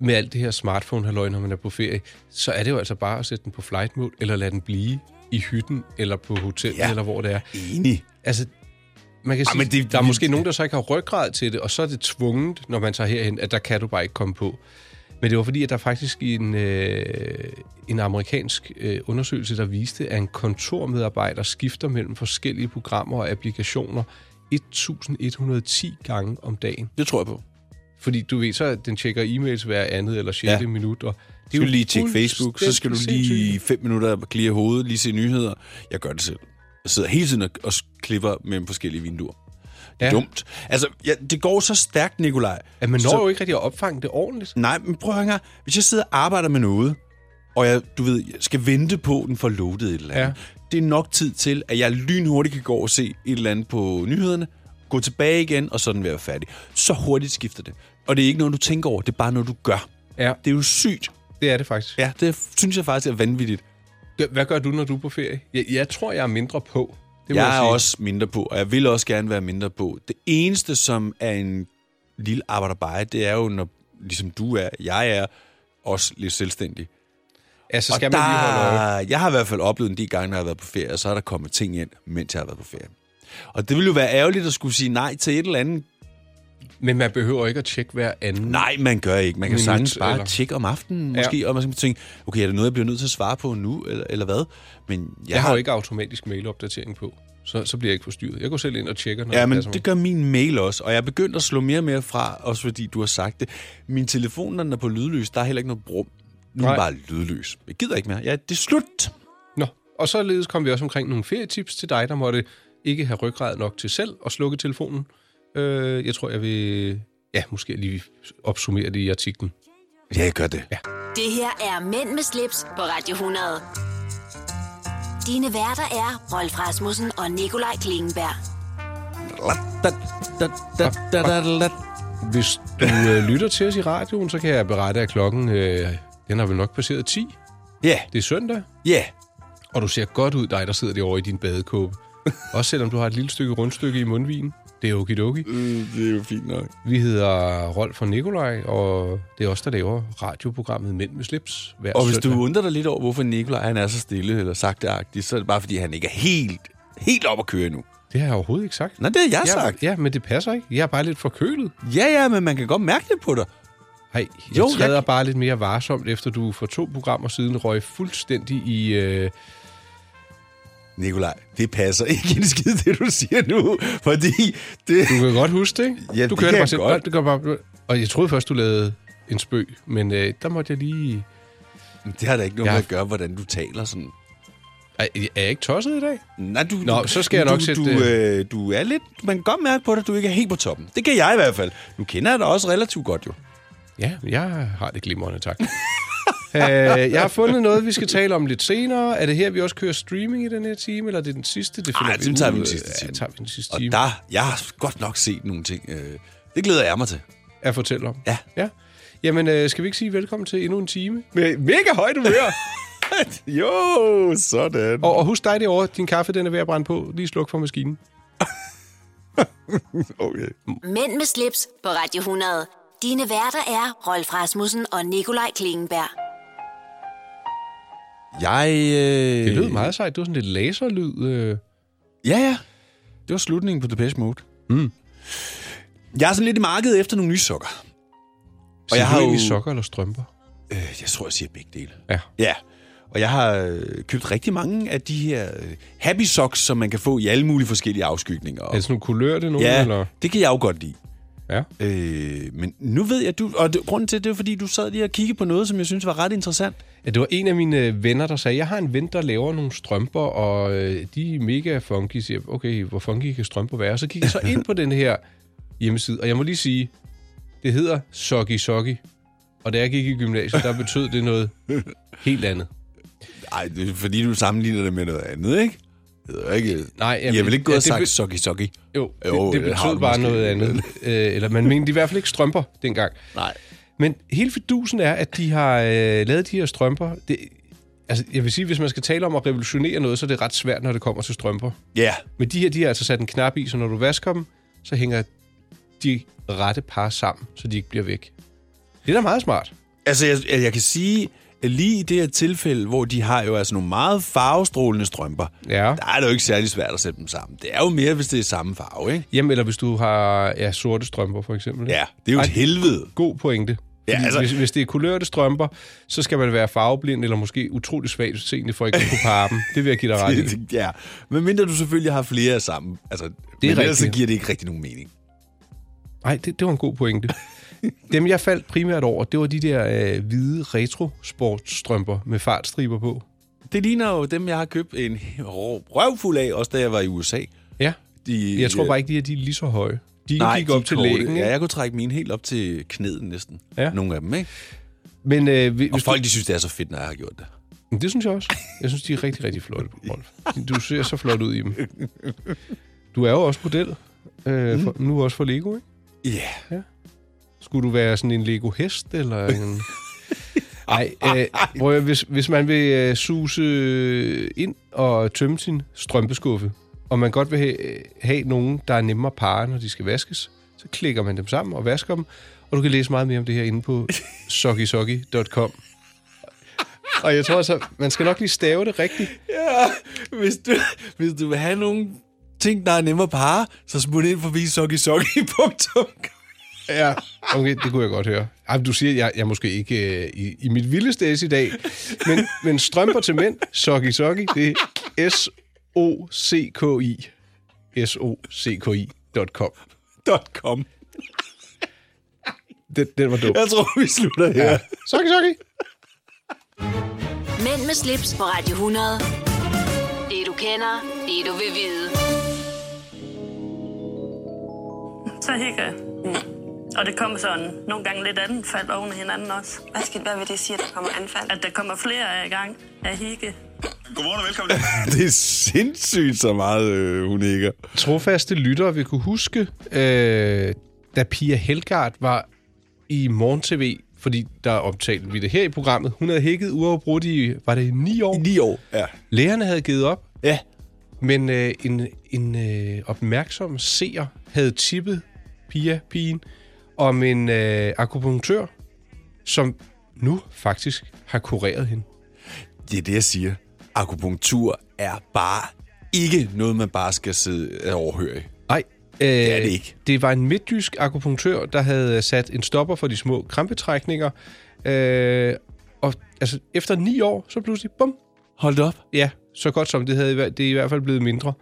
Speaker 3: med alt det her smartphone halløj, når man er på ferie, så er det jo altså bare at sætte den på flight mode, eller lade den blive i hytten, eller på hotellet,
Speaker 2: Ja.
Speaker 3: ja. eller hvor det er.
Speaker 2: Enig.
Speaker 3: Altså, man kan
Speaker 2: Ej,
Speaker 3: sige,
Speaker 2: men det-
Speaker 3: der er
Speaker 2: vi-
Speaker 3: måske nogen, der så ikke har ryggrad til det, og så er det tvunget, når man tager herhen, at der kan du bare ikke komme på. Men det var fordi, at der faktisk i en, øh, en amerikansk øh, undersøgelse, der viste, at en kontormedarbejder skifter mellem forskellige programmer og applikationer 1110 gange om dagen.
Speaker 2: Det tror jeg på.
Speaker 3: Fordi du ved så, at den tjekker e-mails hver andet eller 6.
Speaker 2: Ja.
Speaker 3: Ja. minut. Og det
Speaker 2: Det
Speaker 3: er
Speaker 2: skal
Speaker 3: jo
Speaker 2: du lige tjekke Facebook, så skal du lige
Speaker 3: sindssygt.
Speaker 2: i fem minutter klire hovedet, lige se nyheder. Jeg gør det selv. Jeg sidder hele tiden og, og klipper mellem forskellige vinduer. Det er
Speaker 3: Ja.
Speaker 2: ja. dumt. Altså, ja, det går så stærkt, Nikolaj.
Speaker 3: At man når
Speaker 2: så,
Speaker 3: jo ikke rigtig at opfange det ordentligt.
Speaker 2: Nej, men prøv at høre en gang. Hvis jeg sidder og arbejder med noget, og jeg, du ved, jeg skal vente på, at den får loadet et eller andet, ja. det er nok tid til, at jeg lynhurtigt kan gå og se et eller andet på nyhederne, gå tilbage igen, og sådan være færdig. Så hurtigt skifter det. Og det er ikke noget, du tænker over, det er bare noget, du gør.
Speaker 3: Ja,
Speaker 2: Det er jo sygt.
Speaker 3: det er det faktisk.
Speaker 2: Ja, det synes jeg faktisk er vanvittigt.
Speaker 3: Gør- Hvad gør du, når du er på ferie? Jeg, jeg tror, jeg er mindre på. Det må
Speaker 2: jeg er
Speaker 3: sige.
Speaker 2: også mindre på, og jeg vil også gerne være mindre på. Det eneste, som er en lille arbejderbeje, det er jo, når ligesom du er, jeg er, også lidt selvstændig.
Speaker 3: Altså,
Speaker 2: Og
Speaker 3: skal
Speaker 2: der,
Speaker 3: man lige holde øje.
Speaker 2: jeg har i hvert fald oplevet en del gange, når jeg har været på ferie, og så er der kommet ting ind, mens jeg har været på ferie. Og det ville jo være ærgerligt at skulle sige nej til et eller andet.
Speaker 3: Men man behøver ikke at tjekke hver anden.
Speaker 2: Nej, man gør ikke. Man kan
Speaker 3: Minut,
Speaker 2: sagtens bare
Speaker 3: eller-
Speaker 2: tjekke om aftenen
Speaker 3: Ja.
Speaker 2: måske, og man skal tænke, okay, er det noget, jeg bliver nødt til at svare på nu, eller, eller hvad? Men jeg,
Speaker 3: Jeg har jo ikke automatisk mailopdatering på, så, så bliver jeg ikke forstyrret. Jeg går selv ind og tjekker, når
Speaker 2: Ja,
Speaker 3: det
Speaker 2: men
Speaker 3: passer mig.
Speaker 2: det gør min mail også, og jeg er begyndt at slå mere og mere fra, også fordi du har sagt det. Min telefon, når den er på lydløs, der er heller ikke noget brum. Nu er den
Speaker 3: Nej.
Speaker 2: bare lydløs. Jeg gider ikke mere. Ja, det er slut.
Speaker 3: Nå, og således kom vi også omkring nogle ferietips til dig, der måtte ikke have ryggrad nok til selv at slukke telefonen. Øh, jeg tror, jeg vil... Ja, måske lige opsummere det i artiklen.
Speaker 2: Ja, jeg gør det. Ja.
Speaker 1: Det her er Mænd med slips på Radio 100. Dine værter er Rolf Rasmussen og Nikolaj Klingenberg.
Speaker 2: Da, da, da, da, da, da.
Speaker 3: Hvis du øh, lytter til os i radioen, så kan jeg berette, at klokken øh, den har vel nok passeret 10.
Speaker 2: Ja,
Speaker 3: Det er søndag.
Speaker 2: ja.
Speaker 3: Og du ser godt ud, dig, der sidder derovre i din badekåbe. Også selvom du har et lille stykke rundstykke i mundvinen. Det er okidoki.
Speaker 2: Mm, Det er jo fint nok.
Speaker 3: Vi hedder Rolf og Nikolaj, og det er os, der laver radioprogrammet Mænd med slips hver
Speaker 2: Og hvis
Speaker 3: søndag.
Speaker 2: du undrer dig lidt over, hvorfor Nikolaj han er så stille eller sagteagtig, så er det bare, fordi han ikke er helt, helt op at køre nu.
Speaker 3: Det har jeg overhovedet ikke sagt.
Speaker 2: Nej, det har jeg
Speaker 3: jeg
Speaker 2: sagt.
Speaker 3: Ja, men det passer ikke. Jeg er bare lidt forkølet.
Speaker 2: Ja, ja, men man kan godt mærke det på dig.
Speaker 3: Hej, jeg
Speaker 2: Jo,
Speaker 3: jo,
Speaker 2: jeg-
Speaker 3: træder jeg... bare lidt mere varsomt, efter du for to programmer siden røg fuldstændig i... Øh...
Speaker 2: Nikolaj, det passer ikke en skid, det du siger nu, fordi det...
Speaker 3: Du kan godt huske det, ikke?
Speaker 2: Ja,
Speaker 3: du
Speaker 2: det
Speaker 3: kørte
Speaker 2: kan
Speaker 3: bare
Speaker 2: jeg
Speaker 3: selv.
Speaker 2: godt.
Speaker 3: Det gør bare... Og jeg troede først, du lavede en spøg, men øh, der måtte jeg lige...
Speaker 2: Det har da ikke noget
Speaker 3: Jeg-
Speaker 2: med at gøre, hvordan du taler sådan.
Speaker 3: Ej, er jeg ikke tosset i dag?
Speaker 2: Nej, du,
Speaker 3: Nå,
Speaker 2: du,
Speaker 3: så skal jeg nok
Speaker 2: du,
Speaker 3: sætte
Speaker 2: du,
Speaker 3: det-
Speaker 2: øh, du er lidt... Man kan godt mærke på dig, at du ikke er helt på toppen. Det kan jeg i hvert fald. Nu kender jeg dig også relativt godt, jo.
Speaker 3: Ja, jeg har det glimrende, tak. øh, jeg har fundet noget, vi skal tale om lidt senere. Er det her, vi også kører streaming i den her time, eller er det den sidste? Det finder
Speaker 2: Ej,
Speaker 3: vi
Speaker 2: den
Speaker 3: ud
Speaker 2: tager vi den
Speaker 3: af.
Speaker 2: sidste time.
Speaker 3: Ja, tager vi den sidste
Speaker 2: Og
Speaker 3: time.
Speaker 2: der... Jeg har godt nok set nogle ting. Øh, det glæder jeg mig til.
Speaker 3: At fortælle om.
Speaker 2: Ja.
Speaker 3: ja. Jamen, øh, skal vi ikke sige velkommen til endnu en time? Med mega højt humør!
Speaker 2: jo, sådan.
Speaker 3: og, og husk dig derovre, din kaffe den er ved at brænde på. Lige sluk for maskinen.
Speaker 2: Okay.
Speaker 1: Mænd med slips på Radio 100. Dine værter er Rolf Rasmussen og Nikolaj Klingenberg.
Speaker 2: Jeg... Øh...
Speaker 3: Det lød meget sejt. Det var sådan lidt laserlyd. Øh.
Speaker 2: Ja, ja. Det var slutningen på Depeche Mode. Mm. Jeg er sådan lidt i markedet efter nogle nye sokker.
Speaker 3: Og jeg har jo...
Speaker 2: jo-
Speaker 3: sokker eller strømper?
Speaker 2: Øh, jeg tror, jeg siger begge dele.
Speaker 3: Ja.
Speaker 2: Ja, og jeg har øh, købt rigtig mange af de her øh, happy socks, som man kan få i alle mulige forskellige afskygninger.
Speaker 3: Er Altså, det sådan nogle kulørte nogen?
Speaker 2: ja,
Speaker 3: Eller?
Speaker 2: det kan jeg jo godt lide.
Speaker 3: Ja.
Speaker 2: Øh, men nu ved jeg, du, og det, grunden til det er, fordi du sad lige og kiggede på noget, som jeg synes var ret interessant.
Speaker 3: Ja, det var en af mine øh, venner, der sagde, jeg har en ven, der laver nogle strømper, og øh, de er mega funky. Så jeg, okay, hvor funky kan strømper være? Og så gik jeg så ind på den her hjemmeside, og jeg må lige sige, det hedder Socky Socky. Og da jeg gik i gymnasiet, der betød det noget helt andet.
Speaker 2: Nej, det er fordi, du sammenligner det med noget andet, ikke? Det er ikke...
Speaker 3: Nej,
Speaker 2: jeg, jeg vil ikke gå ja, og
Speaker 3: det
Speaker 2: sagt
Speaker 3: be-
Speaker 2: soggy soggy.
Speaker 3: Jo,
Speaker 2: Jo,
Speaker 3: jo det, det
Speaker 2: det har
Speaker 3: betød
Speaker 2: du
Speaker 3: bare
Speaker 2: måske.
Speaker 3: noget andet. Øh, eller man mente i hvert fald ikke strømper dengang.
Speaker 2: Nej.
Speaker 3: Men hele fidusen er, at de har øh, lavet de her strømper. Det, altså, jeg vil sige, hvis man skal tale om at revolutionere noget, så er det ret svært, når det kommer til strømper.
Speaker 2: Ja,
Speaker 3: Men de her, de har altså sat en knap i, så når du vasker dem, så hænger de rette par sammen, så de ikke bliver væk. Det er da meget smart.
Speaker 2: altså jeg, jeg, jeg kan sige, at lige i det her tilfælde, hvor de har jo altså nogle meget farvestrålende strømper,
Speaker 3: Ja.
Speaker 2: der er det jo ikke særlig svært at sætte dem sammen. Det er jo mere, hvis det er samme farve, ikke?
Speaker 3: Jamen, eller hvis du har ja, sorte strømper, for eksempel.
Speaker 2: Ja, det er jo
Speaker 3: Ej.
Speaker 2: et helvede.
Speaker 3: God pointe.
Speaker 2: Ja,
Speaker 3: Ja, altså...
Speaker 2: altså-
Speaker 3: hvis, hvis det er kulørte strømper, så skal man være farveblind, eller måske utrolig svagt seende for ikke at kunne parre dem. Det vil jeg give dig ret i.
Speaker 2: Det- ja, men mindre du selvfølgelig har flere sammen. Altså, det er ellers så
Speaker 3: rigtigt.
Speaker 2: giver det ikke rigtig nogen mening.
Speaker 3: Nej, det, det var en god pointe. Dem, jeg faldt primært over, det var de der øh, hvide retro-sportstrømper med fartstriber på.
Speaker 2: Det ligner jo dem, jeg har købt en røvfuld af, også da jeg var i USA.
Speaker 3: Ja,
Speaker 2: De,
Speaker 3: jeg tror bare ikke, de her de er lige så høje. De
Speaker 2: øh, Nej,
Speaker 3: gik
Speaker 2: de
Speaker 3: op
Speaker 2: er
Speaker 3: til
Speaker 2: korte.
Speaker 3: lægen,
Speaker 2: Ja,
Speaker 3: ja, ja.
Speaker 2: jeg kunne trække mine helt op til knæden næsten.
Speaker 3: Ja.
Speaker 2: Ja. Nogle af dem, ikke?
Speaker 3: Men øh, hvis
Speaker 2: Og
Speaker 3: du-
Speaker 2: folk, de synes, det er så fedt, når jeg har gjort det.
Speaker 3: Men Det synes jeg også. Jeg synes, de er rigtig, rigtig flotte, Rolf. Du ser så flot ud i dem. Du er jo også model. Øh,
Speaker 2: Mm.
Speaker 3: for, Nu også for Lego, ikke?
Speaker 2: Ja.
Speaker 3: Skulle du være sådan en Lego-hest, eller en... Ej, øh, prøv at, høre, hvis, hvis man vil øh, suse ind og tømme sin strømpeskuffe, og man godt vil have, have nogen, der er nemmere at parre, når de skal vaskes, så klikker man dem sammen og vasker dem, og du kan læse meget mere om det her inde på sockysocky.com. Og jeg tror altså, man skal nok lige stave det rigtigt,
Speaker 2: ja. Hvis, du, hvis du vil have nogle ting, der er nemmere at parre, så smut ind forbi sokkisokke.com.
Speaker 3: Ja, okay, det kunne jeg godt høre. Ej, men du siger, at jeg, jeg er måske ikke øh, i, i mit vildeste æs i dag, men, men strømper til mænd, sokki sokki, det er S-O-C-K-I. S-O-C-K-I dot com.
Speaker 2: .com.
Speaker 3: Den, den var dum.
Speaker 2: Jeg tror, vi slutter her.
Speaker 3: Ja. Sokki sokki.
Speaker 1: Mænd med slips på Radio 100. Det du kender, det du vil vide.
Speaker 5: Så hikker jeg. Mm. Og det kommer sådan nogle gange lidt anfald oven i hinanden også.
Speaker 6: Hvad, skal, hvad vil det sige, at der kommer anfald?
Speaker 5: At der kommer flere af i gang af hikke.
Speaker 7: Godmorgen og velkommen.
Speaker 2: Det er sindssygt så meget, øh, hun ikke.
Speaker 3: Trofaste lyttere vil kunne huske, øh, da Pia Helgard var i Morgen TV, fordi der optalte vi det her i programmet. Hun havde hækket uafbrudt i, var det ni år?
Speaker 2: Ni år. Ja.
Speaker 3: Lærerne havde givet op,
Speaker 2: Ja.
Speaker 3: Men øh, en, en øh, opmærksom seer havde tippet Pia-pigen om en øh, akupunktør, som nu faktisk har kureret hende.
Speaker 2: Det er det, jeg siger. Akupunktur er bare ikke noget, man bare skal sidde og overhøre i.
Speaker 3: Nej, øh, det
Speaker 2: er det ikke.
Speaker 3: Det var en midtjysk akupunktør, der havde øh, sat en stopper for de små krampetrækninger. Øh, og altså, efter ni år, så pludselig, bum,
Speaker 2: Hold op.
Speaker 3: ja, så godt som det havde i hver- det er i hvert fald blevet mindre.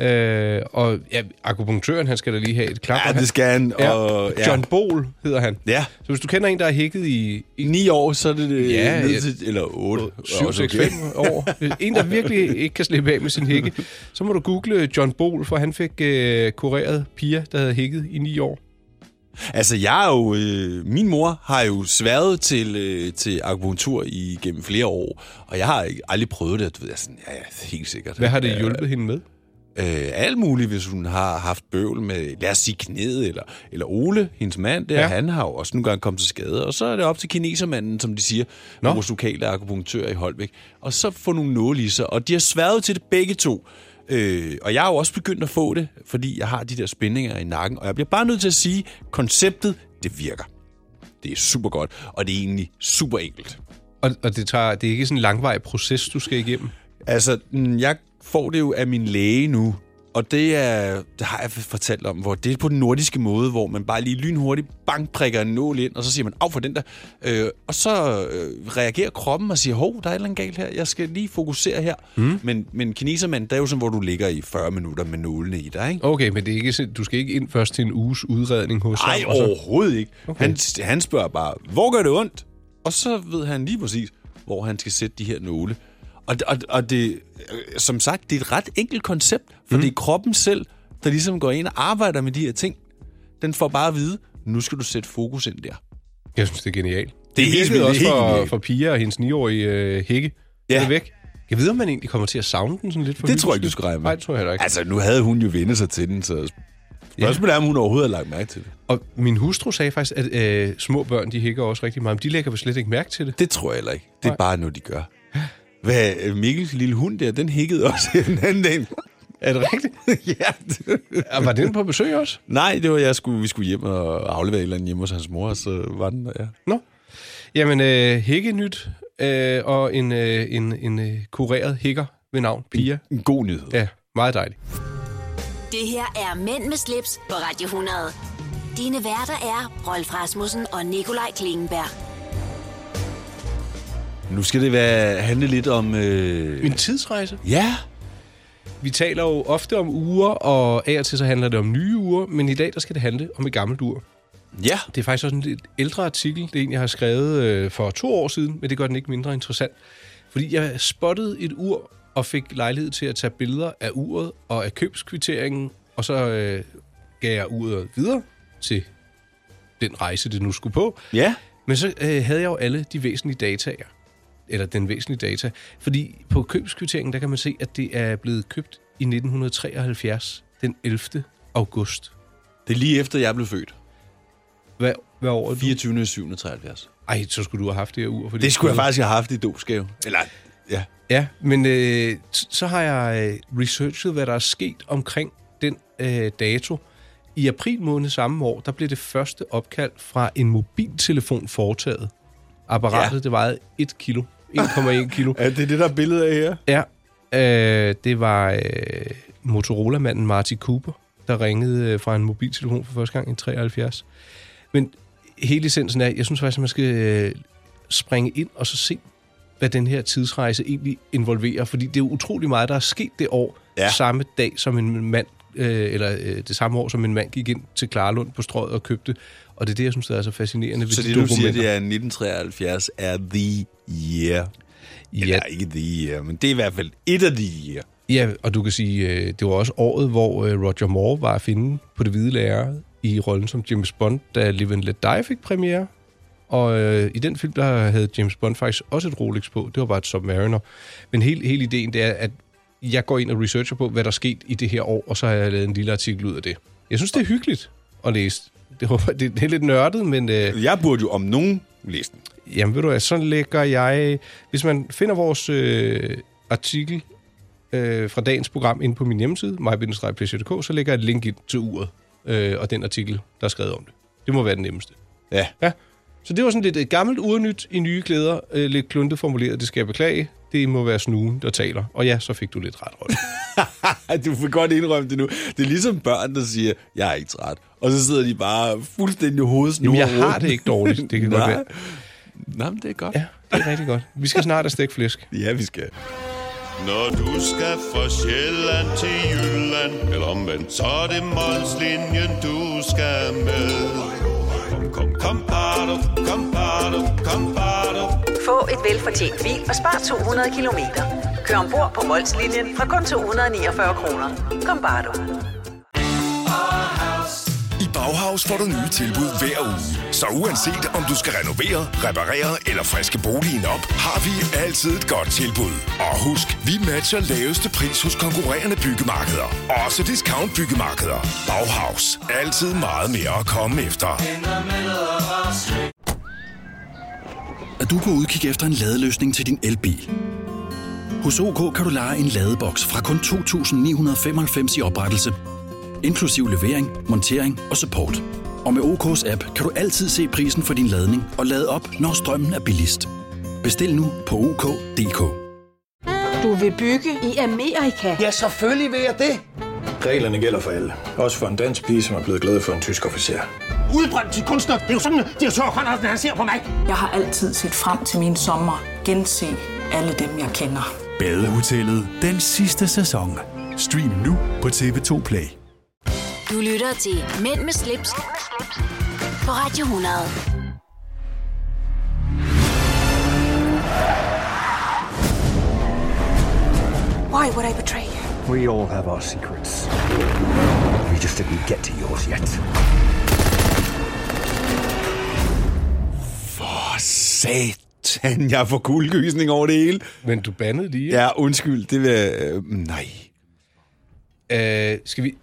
Speaker 3: Øh, og ja, akupunktøren, han skal da lige have et klap.
Speaker 2: Ja, det skal han.
Speaker 3: Ja,
Speaker 2: Og, ja.
Speaker 3: John Bol hedder han.
Speaker 2: Ja.
Speaker 3: Så hvis du kender en, der er hækket i
Speaker 2: I ni år, så er det øh,
Speaker 3: Ja,
Speaker 2: ned
Speaker 3: ja.
Speaker 2: til... Eller otte. Ja,
Speaker 3: 7,
Speaker 2: også
Speaker 3: 6,
Speaker 2: okay.
Speaker 3: 5 år, en, der virkelig ikke kan slippe af med sin hække, så må du google John Bol, for han fik øh, kureret Pia, der havde hækket i 9 år.
Speaker 2: Altså, jeg er jo... Øh, min mor har jo sværet til, øh, til akupunktur i gennem flere år, og jeg har ikke, aldrig prøvet det. Du ved, jeg er sådan, ja, ja, helt sikkert.
Speaker 3: Hvad har det hjulpet hende med?
Speaker 2: Øh, alt muligt, hvis hun har haft bøvl med, lad os sige, knæet, eller, eller Ole, hendes mand, der,
Speaker 3: Ja.
Speaker 2: ja. han har jo også nogle gange kommet til skade. Og så er det op til kinesermanden, som de siger,
Speaker 3: Nå.
Speaker 2: vores lokale akupunktør i Holbæk. Og så får nogle nåle i sig, og de har sværet til det begge to. Øh, og jeg er jo også begyndt at få det, fordi jeg har de der spændinger i nakken. Og jeg bliver bare nødt til at sige, konceptet, det virker. Det er super godt, og det er egentlig super enkelt.
Speaker 3: Og, og det, tager, det er ikke sådan en langvej proces, du skal igennem.
Speaker 2: Altså, mm, jeg får det jo af min læge nu, og det, er, det har jeg fortalt om, hvor det er på den nordiske måde, hvor man bare lige lynhurtigt bankprikker en nål ind, og så siger man, af for den der. Øh, og så øh, reagerer kroppen og siger, hov, der er et eller andet galt her, jeg skal lige fokusere her. Mm. Men, men kinesermand, det er jo sådan, hvor du ligger i 40 minutter med nålene i dig, ikke?
Speaker 3: Okay, men det er ikke, sådan- du skal ikke ind først til en uges udredning hos
Speaker 2: Nej,
Speaker 3: ham. og så-
Speaker 2: overhovedet ikke. Okay. Han, han spørger bare, hvor gør det ondt? Og så ved han lige præcis, hvor han skal sætte de her nåle. Og, og, og det, øh, som sagt, det er et ret enkelt koncept, for mm.
Speaker 3: Mhm.
Speaker 2: det er kroppen selv, der ligesom går ind og arbejder med de her ting. Den får bare at vide, nu skal du sætte fokus ind der.
Speaker 3: Jeg synes, det er genialt.
Speaker 2: Det er
Speaker 3: Det
Speaker 2: helt
Speaker 3: virkede
Speaker 2: vildt.
Speaker 3: også
Speaker 2: det er helt
Speaker 3: for,
Speaker 2: vildt.
Speaker 3: for Pia og hendes 9-årige øh, hække.
Speaker 2: Ja.
Speaker 3: Ja. Er væk. Jeg ved, om man egentlig kommer til at savne den sådan lidt for
Speaker 2: Det
Speaker 3: hyggens
Speaker 2: tror jeg ikke, du
Speaker 3: skyld.
Speaker 2: skal regne med.
Speaker 3: Nej, det tror jeg heller ikke. Altså,
Speaker 2: Altså, nu havde hun jo vendt sig til den, så spørgsmålet er, om hun overhovedet har lagt mærke til det.
Speaker 3: og min hustru sagde faktisk, at øh, små børn, de hækker også rigtig meget, men de lægger vel slet ikke mærke til det.
Speaker 2: Det tror jeg heller ikke. Det er
Speaker 3: Nej.
Speaker 2: bare noget, de gør. Hvad, øh, Mikkels lille hund der, den hikkede også den anden dag.
Speaker 3: Er det rigtigt?
Speaker 2: ja. det-
Speaker 3: Og var den på besøg også?
Speaker 2: Nej, det var jeg skulle, vi skulle hjem og aflevere et eller andet hjemme hos hans mor, og så var den der, ja.
Speaker 3: Nå. Jamen, øh, hækkenyt øh, og en, øh, en, en øh, kureret hækker ved navn Pia.
Speaker 2: En god nyhed.
Speaker 3: Ja, meget dejligt.
Speaker 1: Det her er Mænd med slips på Radio 100. Dine værter er Rolf Rasmussen og Nikolaj Klingenberg.
Speaker 2: Nu skal det være, handle lidt om... Øh...
Speaker 3: En tidsrejse.
Speaker 2: Ja,
Speaker 3: Vi taler jo ofte om uger, og af og til så handler det om nye uger, men i dag der skal det handle om et gammelt ur.
Speaker 2: ja.
Speaker 3: Det er faktisk også en lidt ældre artikel, det er en, jeg har skrevet øh, for to år siden, men det gør den ikke mindre interessant. Fordi jeg spottede et ur og fik lejlighed til at tage billeder af uret og af købskvitteringen, og så øh, gav jeg uret videre til den rejse, det nu skulle på.
Speaker 2: Ja.
Speaker 3: Men så øh, havde jeg jo alle de væsentlige dataer. Eller den væsentlige data. Fordi på købskvitteringen, der kan man se, at det er blevet købt i 1973, den 11. august.
Speaker 2: Det er lige efter, jeg blev født.
Speaker 3: Hvad, hvad år er du?
Speaker 2: 24. 7. 73.
Speaker 3: Ej, så skulle du have haft det her ur. Fordi
Speaker 2: Det skulle jeg faktisk have haft i dobsgave. Eller, ja.
Speaker 3: Ja, men øh, s- så har jeg øh, researchet, hvad der er sket omkring den øh, dato. I april måned samme år, der blev det første opkald fra en mobiltelefon foretaget. Apparatet,
Speaker 2: Ja.
Speaker 3: ja. det vejede 1 kilo. 1,1 kilo.
Speaker 2: Er det det, der er billedet af her?
Speaker 3: Ja, øh, det var øh, Motorola-manden Marty Cooper, der ringede øh, fra en mobiltelefon for første gang i 73. Men hele essensen er, jeg synes faktisk, at man skal øh, springe ind og så se, hvad den her tidsrejse egentlig involverer. Fordi det er utrolig meget, der er sket det år,
Speaker 2: Ja.
Speaker 3: ja. samme dag som en mand, øh, eller øh, det samme år, som en mand gik ind til Klarlund på strøget og købte. Og det er det, jeg synes, der er så fascinerende ved
Speaker 2: Så
Speaker 3: de
Speaker 2: det, du siger,
Speaker 3: dokumenter.
Speaker 2: det er at 1973 er the year. Ja.
Speaker 3: ja,
Speaker 2: Eller ikke the year, men det er i hvert fald et af de year.
Speaker 3: Ja, og du kan sige, øh, det var også året, hvor øh, Roger Moore var at finde på det hvide lærred i rollen som James Bond, da Live and Let Die fik premiere. Og øh, i den film, der havde James Bond faktisk også et Rolex på. Det var bare et Submariner. Men hele, hele ideen, det er, at jeg går ind og researcher på, hvad der er sket i det her år, og så har jeg lavet en lille artikel ud af det. Jeg synes, det er hyggeligt at læse. Det, var, det, det er lidt nørdet, men... Øh,
Speaker 2: Jeg burde jo om nogen læse den.
Speaker 3: Jamen ved du hvad, så lægger jeg... Hvis man finder vores øh, artikel øh, fra dagens program inde på min hjemmeside, mybindestrejpleasure.dk, så lægger jeg et link ind til uret øh, og den artikel, der er skrevet om det. Det må være den nemmeste.
Speaker 2: Ja.
Speaker 3: Ja. Så det var sådan lidt et gammelt urnyt i nye klæder, øh, lidt kluntet formuleret, det skal jeg beklage. Det må være snuen, der taler. Og ja, så fik du lidt ret, Rolf.
Speaker 2: du får godt indrømme det nu. Det er ligesom børn, der siger, jeg er ikke træt. Og så sidder de bare fuldstændig hovedsnurret.
Speaker 3: Jamen, jeg har det ikke dårligt, det kan godt
Speaker 2: Nej.
Speaker 3: være.
Speaker 2: Nej, men det er godt.
Speaker 3: Ja, det er rigtig godt. Vi skal snart have stegt flæsk.
Speaker 2: ja vi skal.
Speaker 7: Når du skal fra Sjælland til Jylland Eller omvendt Så er det Molslinjen du skal med Kom, kom, kom, bado, kom, bado, kom, bado.
Speaker 8: Få et velfortjent bil og spar 200 kilometer. Kør ombord på Molslinjen fra kun 249 kroner. Kom bare du.
Speaker 9: I Bauhaus får du nye tilbud hver uge. Så uanset om du skal renovere, reparere eller friske boligen op, har vi altid et godt tilbud. Og husk, vi matcher laveste pris hos konkurrerende byggemarkeder. Også discount byggemarkeder. Bauhaus. Altid meget mere at komme efter.
Speaker 10: at du kan udkigge efter en ladeløsning til din elbil. Hos OK kan du lege en ladeboks fra kun 2.995 i oprettelse, inklusiv levering, montering og support. Og med OK's app kan du altid se prisen for din ladning og lade op, når strømmen er billigst. Bestil nu på OK.dk.
Speaker 11: Du vil bygge i Amerika? Ja.
Speaker 10: Reglerne gælder for alle. Også for en dansk pige, som er blevet glad for en tysk officer.
Speaker 11: Udbrændt til kunstner. Det er jo sådan, at de har tørt, han ser på mig.
Speaker 8: Jeg har altid set frem til min sommer. Gense alle dem, jeg kender.
Speaker 9: Badehotellet. Den sidste sæson. Stream nu på TV2 Play.
Speaker 1: Du lytter til Mænd med slips, på Radio 100.
Speaker 6: Why would I betray you?
Speaker 10: We all have our secrets. We just didn't get to yours yet.
Speaker 2: For satan, jeg får kuldegysning over det hele.
Speaker 3: Men du bandede lige.
Speaker 2: Ja, undskyld, det vil... Øh, nej.
Speaker 3: Øh, skal vi...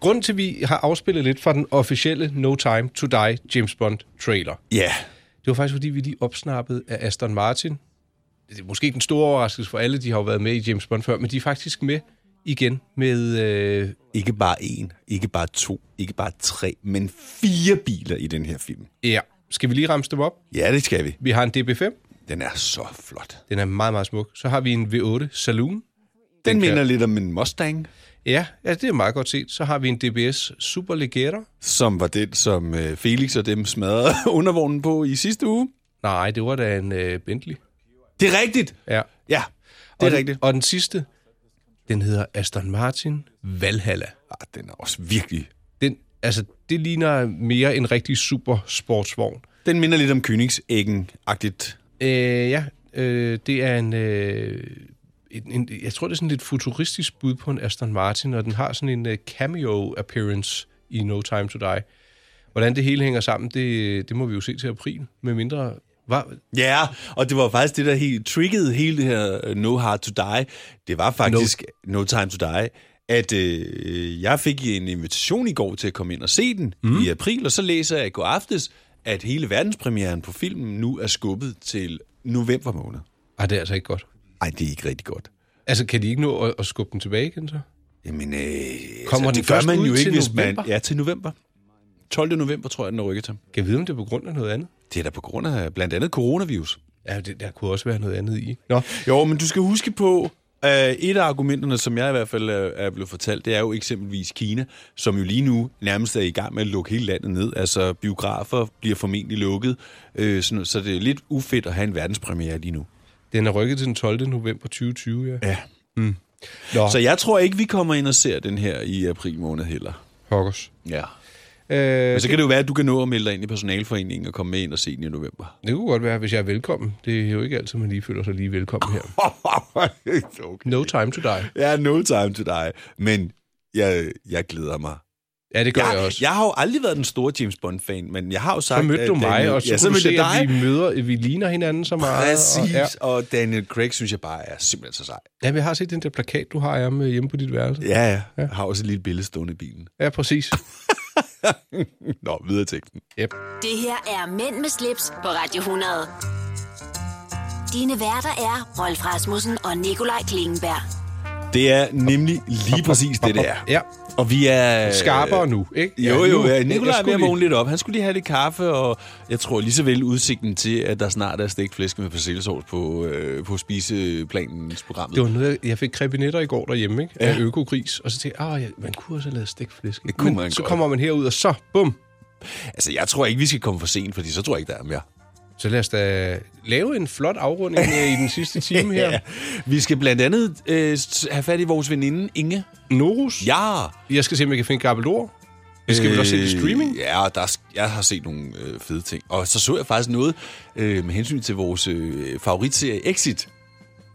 Speaker 3: Grunden til, at vi har afspillet lidt fra den officielle No Time To Die James Bond-trailer,
Speaker 2: Ja.
Speaker 3: det var faktisk, fordi vi lige opsnappede af Aston Martin. Det er måske ikke den store overraskelse for alle, de har jo været med i James Bond før, men de er faktisk med igen med... Øh,
Speaker 2: Ikke bare en, ikke bare to, ikke bare tre, men fire biler i den her film.
Speaker 3: ja, skal vi lige ramse dem op?
Speaker 2: Ja, det skal vi.
Speaker 3: Vi har en DB5,
Speaker 2: Den er så flot. Den,
Speaker 3: den er meget, meget smuk. Så har vi en V8 Saloon.
Speaker 2: den
Speaker 3: kan-
Speaker 2: minder lidt om en Mustang,
Speaker 3: Ja, ja, det er meget godt set. Så har vi en DBS Super Leggera.
Speaker 2: som var den, som øh, Felix og dem smadrede undervognen på i sidste uge.
Speaker 3: Nej, det var da en øh, Bentley.
Speaker 2: Det er rigtigt!
Speaker 3: Ja.
Speaker 2: Ja, det
Speaker 3: og
Speaker 2: er rigtigt.
Speaker 3: Den, og den sidste, den hedder Aston Martin Valhalla.
Speaker 2: Ah, den er også virkelig...
Speaker 3: Den, altså, det ligner mere en rigtig super sportsvogn.
Speaker 2: Den minder lidt om Königsæggen-agtigt.
Speaker 3: Øh, ja, øh, det er en, øh, en, en... Jeg tror, det er sådan lidt futuristisk bud på en Aston Martin, og den har sådan en øh, cameo-appearance i No Time To Die. Hvordan det hele hænger sammen, det, det må vi jo se til april, med mindre... Var,
Speaker 2: Ja, og det var faktisk det, der helt triggede hele det her øh, No Hard to Die. Det var faktisk No, no Time to Die, at øh, jeg fik en invitation i går til at komme ind og se den mm. i april, og så læser jeg i går aftes, at hele verdenspremieren på filmen nu er skubbet til november måned.
Speaker 3: ej, det er altså ikke godt.
Speaker 2: Ej, det er ikke rigtig godt.
Speaker 3: Altså, kan de ikke nå at, at skubbe den tilbage igen, så?
Speaker 2: Jamen, øh,
Speaker 3: Kommer den
Speaker 2: det gør
Speaker 3: først
Speaker 2: man
Speaker 3: ud
Speaker 2: jo
Speaker 3: til
Speaker 2: ikke, hvis man...
Speaker 3: november?
Speaker 2: Ja, til november. 12. november, tror jeg, den er rykket til.
Speaker 3: Kan jeg vide, om det er på grund af noget andet?
Speaker 2: Det er da på grund af blandt andet coronavirus.
Speaker 3: Ja, det, der kunne også være noget andet i. Nå,
Speaker 2: Jo, men du skal huske på, øh, et af argumenterne, som jeg i hvert fald øh, er blevet fortalt, det er jo eksempelvis Kina, som jo lige nu nærmest er i gang med at lukke hele landet ned. Altså, biografer bliver formentlig lukket, øh, sådan, så det er lidt ufedt at have en verdenspremiere lige nu.
Speaker 3: den er rykket til den 12. november 2020, ja.
Speaker 2: Ja.
Speaker 3: Nå,
Speaker 2: Så
Speaker 3: så...
Speaker 2: jeg tror ikke, vi kommer ind og ser den her i april måned heller.
Speaker 3: pokkers.
Speaker 2: Ja.
Speaker 3: Øh,
Speaker 2: Men
Speaker 3: det,
Speaker 2: så kan det jo være, at du kan nå at melde dig ind i personalforeningen og komme med ind og se den i november.
Speaker 3: det kunne godt være, hvis jeg er velkommen. Det er jo ikke altid, man lige føler sig lige velkommen her.
Speaker 2: okay.
Speaker 3: No time to die.
Speaker 2: Ja, no time to die. Men jeg, jeg glæder mig
Speaker 3: Ja, det gør jeg,
Speaker 2: jeg,
Speaker 3: jeg også.
Speaker 2: Jeg har jo aldrig været den store James Bond-fan, men jeg har jo sagt...
Speaker 3: så mødte
Speaker 2: at
Speaker 3: du mig,
Speaker 2: Daniel-
Speaker 3: og så,
Speaker 2: ja, så
Speaker 3: kunne du
Speaker 2: mødte
Speaker 3: se,
Speaker 2: jeg
Speaker 3: at vi
Speaker 2: dig.
Speaker 3: møder, at vi ligner hinanden så meget.
Speaker 2: Præcis,
Speaker 3: Og, ja.
Speaker 2: og Daniel Craig synes jeg bare er simpelthen så sej.
Speaker 3: Jamen, jeg har set den der plakat, du har af ham øh, hjemme på dit værelse.
Speaker 2: Ja, ja. Jeg har også et lille billede stående i bilen.
Speaker 3: Ja, præcis.
Speaker 2: Nå, videre til den.
Speaker 3: Yep.
Speaker 1: Det her er Mænd med slips på Radio 100. Dine værter er Rolf Rasmussen og Nikolaj Klingenberg.
Speaker 2: Det er nemlig lige præcis det, det er.
Speaker 3: Ja,
Speaker 2: Og vi er...
Speaker 3: skarpere nu, ikke?
Speaker 2: Øh, Jo,
Speaker 3: Ja,
Speaker 2: jo,
Speaker 3: nu.
Speaker 2: ja.
Speaker 3: Jeg
Speaker 2: Nikolaj er ved
Speaker 3: skulle
Speaker 2: at
Speaker 3: lige-
Speaker 2: vågne lidt op. Han skulle lige have lidt kaffe, og jeg tror lige så vel udsigten til, at der snart er stegt flæsk med persillesovs på, øh, på spiseplanens programmet.
Speaker 3: Det var noget, jeg- jeg fik krebinetter i går derhjemme, ikke? Af økogris. Og så tænkte jeg, "Ah, ja, man kunne også have lavet stikflæsk.
Speaker 2: Det kunne
Speaker 3: Men
Speaker 2: man
Speaker 3: så
Speaker 2: godt.
Speaker 3: kommer man herud, og så, bum,
Speaker 2: Altså, jeg tror ikke, vi skal komme for sent, fordi så tror jeg ikke, der er mere.
Speaker 3: Så lad os da lave en flot afrunding øh, i den sidste time her.
Speaker 2: Ja. Vi skal blandt andet øh, s- have fat i vores veninde Inge.
Speaker 3: Norus.
Speaker 2: Ja.
Speaker 3: Jeg skal se, om jeg kan finde Gabaldor. Vi skal øh, vel også se det i streaming.
Speaker 2: Ja, og der er, sk- jeg har set nogle øh, fede ting. Og så så jeg faktisk noget øh, med hensyn til vores øh, favoritserie Exit.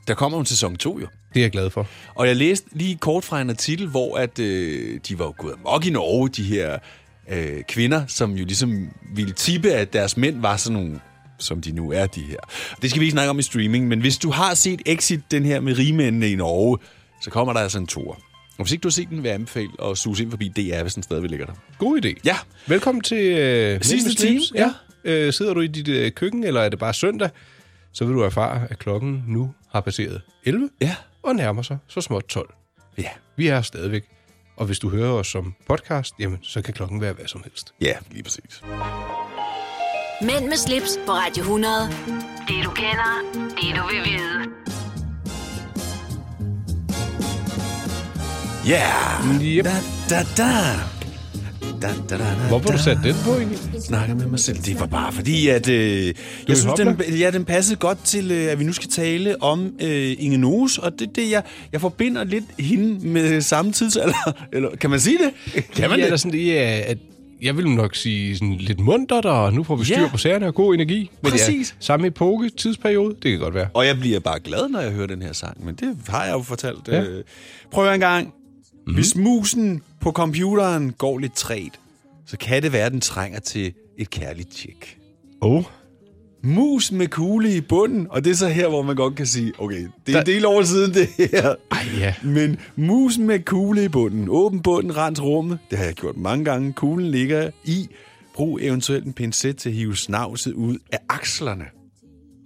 Speaker 2: Der kommer jo en sæson 2 jo.
Speaker 3: Det er jeg glad for.
Speaker 2: Og jeg læste lige kort fra en artikel, hvor at, øh, de var jo gået amok i Norge, de her øh, kvinder, som jo ligesom ville tippe, at deres mænd var sådan nogle som de nu er, de her. Det skal vi ikke snakke om i streaming, men hvis du har set Exit, den her med rigmændene i Norge, så kommer der altså en tour. Og hvis ikke du har set den, vil jeg anbefale at suge ind forbi DR, hvis den stadigvæk ligger der.
Speaker 3: God idé.
Speaker 2: Ja.
Speaker 3: Velkommen til øh,
Speaker 2: Sidste
Speaker 3: Mænd med slips.
Speaker 2: time, ja.
Speaker 3: Øh, sidder du i dit øh, køkken, eller er det bare søndag, så vil du erfare, at klokken nu har passeret 11
Speaker 2: Ja.
Speaker 3: og nærmer sig så småt 12.
Speaker 2: Ja.
Speaker 3: Vi er her stadigvæk. Og hvis du hører os som podcast, jamen, så kan klokken være hvad som helst.
Speaker 2: Ja, lige præcis.
Speaker 1: Mænd med slips på Radio 100. Det du kender, det du vil vide.
Speaker 2: Ja! Yeah.
Speaker 3: Yep.
Speaker 2: Da, da, da. Da, da, da, da,
Speaker 3: Hvorfor har du sat den på egentlig?
Speaker 2: snakker med mig selv. Det var bare fordi, at øh,
Speaker 3: i
Speaker 2: jeg synes, den,
Speaker 3: hopla?
Speaker 2: ja, den passede godt til, øh, at vi nu skal tale om øh, Inge Nose, og det er det, jeg, jeg forbinder lidt hende med samme tidsalder. Eller, kan man sige det? Kan man
Speaker 3: ja,
Speaker 2: det?
Speaker 3: Der sådan, ja, at jeg vil nok sige sådan lidt muntert, og nu får vi styr
Speaker 2: Ja.
Speaker 3: på sagerne og god energi. Men
Speaker 2: Præcis.
Speaker 3: Ja, samme epoke, tidsperiode, det kan godt være.
Speaker 2: Og jeg bliver bare glad, når jeg hører den her sang, men det har jeg jo fortalt. Ja. Øh, prøv en gang. Mm. Hvis musen på computeren går lidt træt, så kan det være, at den trænger til et kærligt tjek.
Speaker 3: Oh.
Speaker 2: Mus med kugle i bunden, og det er så her, hvor man godt kan sige, okay, det er en del år siden det her. Ej,
Speaker 3: ja.
Speaker 2: Men mus med kugle i bunden, åben bunden, rens rummet, det har jeg gjort mange gange, kuglen ligger i. Brug eventuelt en pincet til at hive snavset ud af akslerne.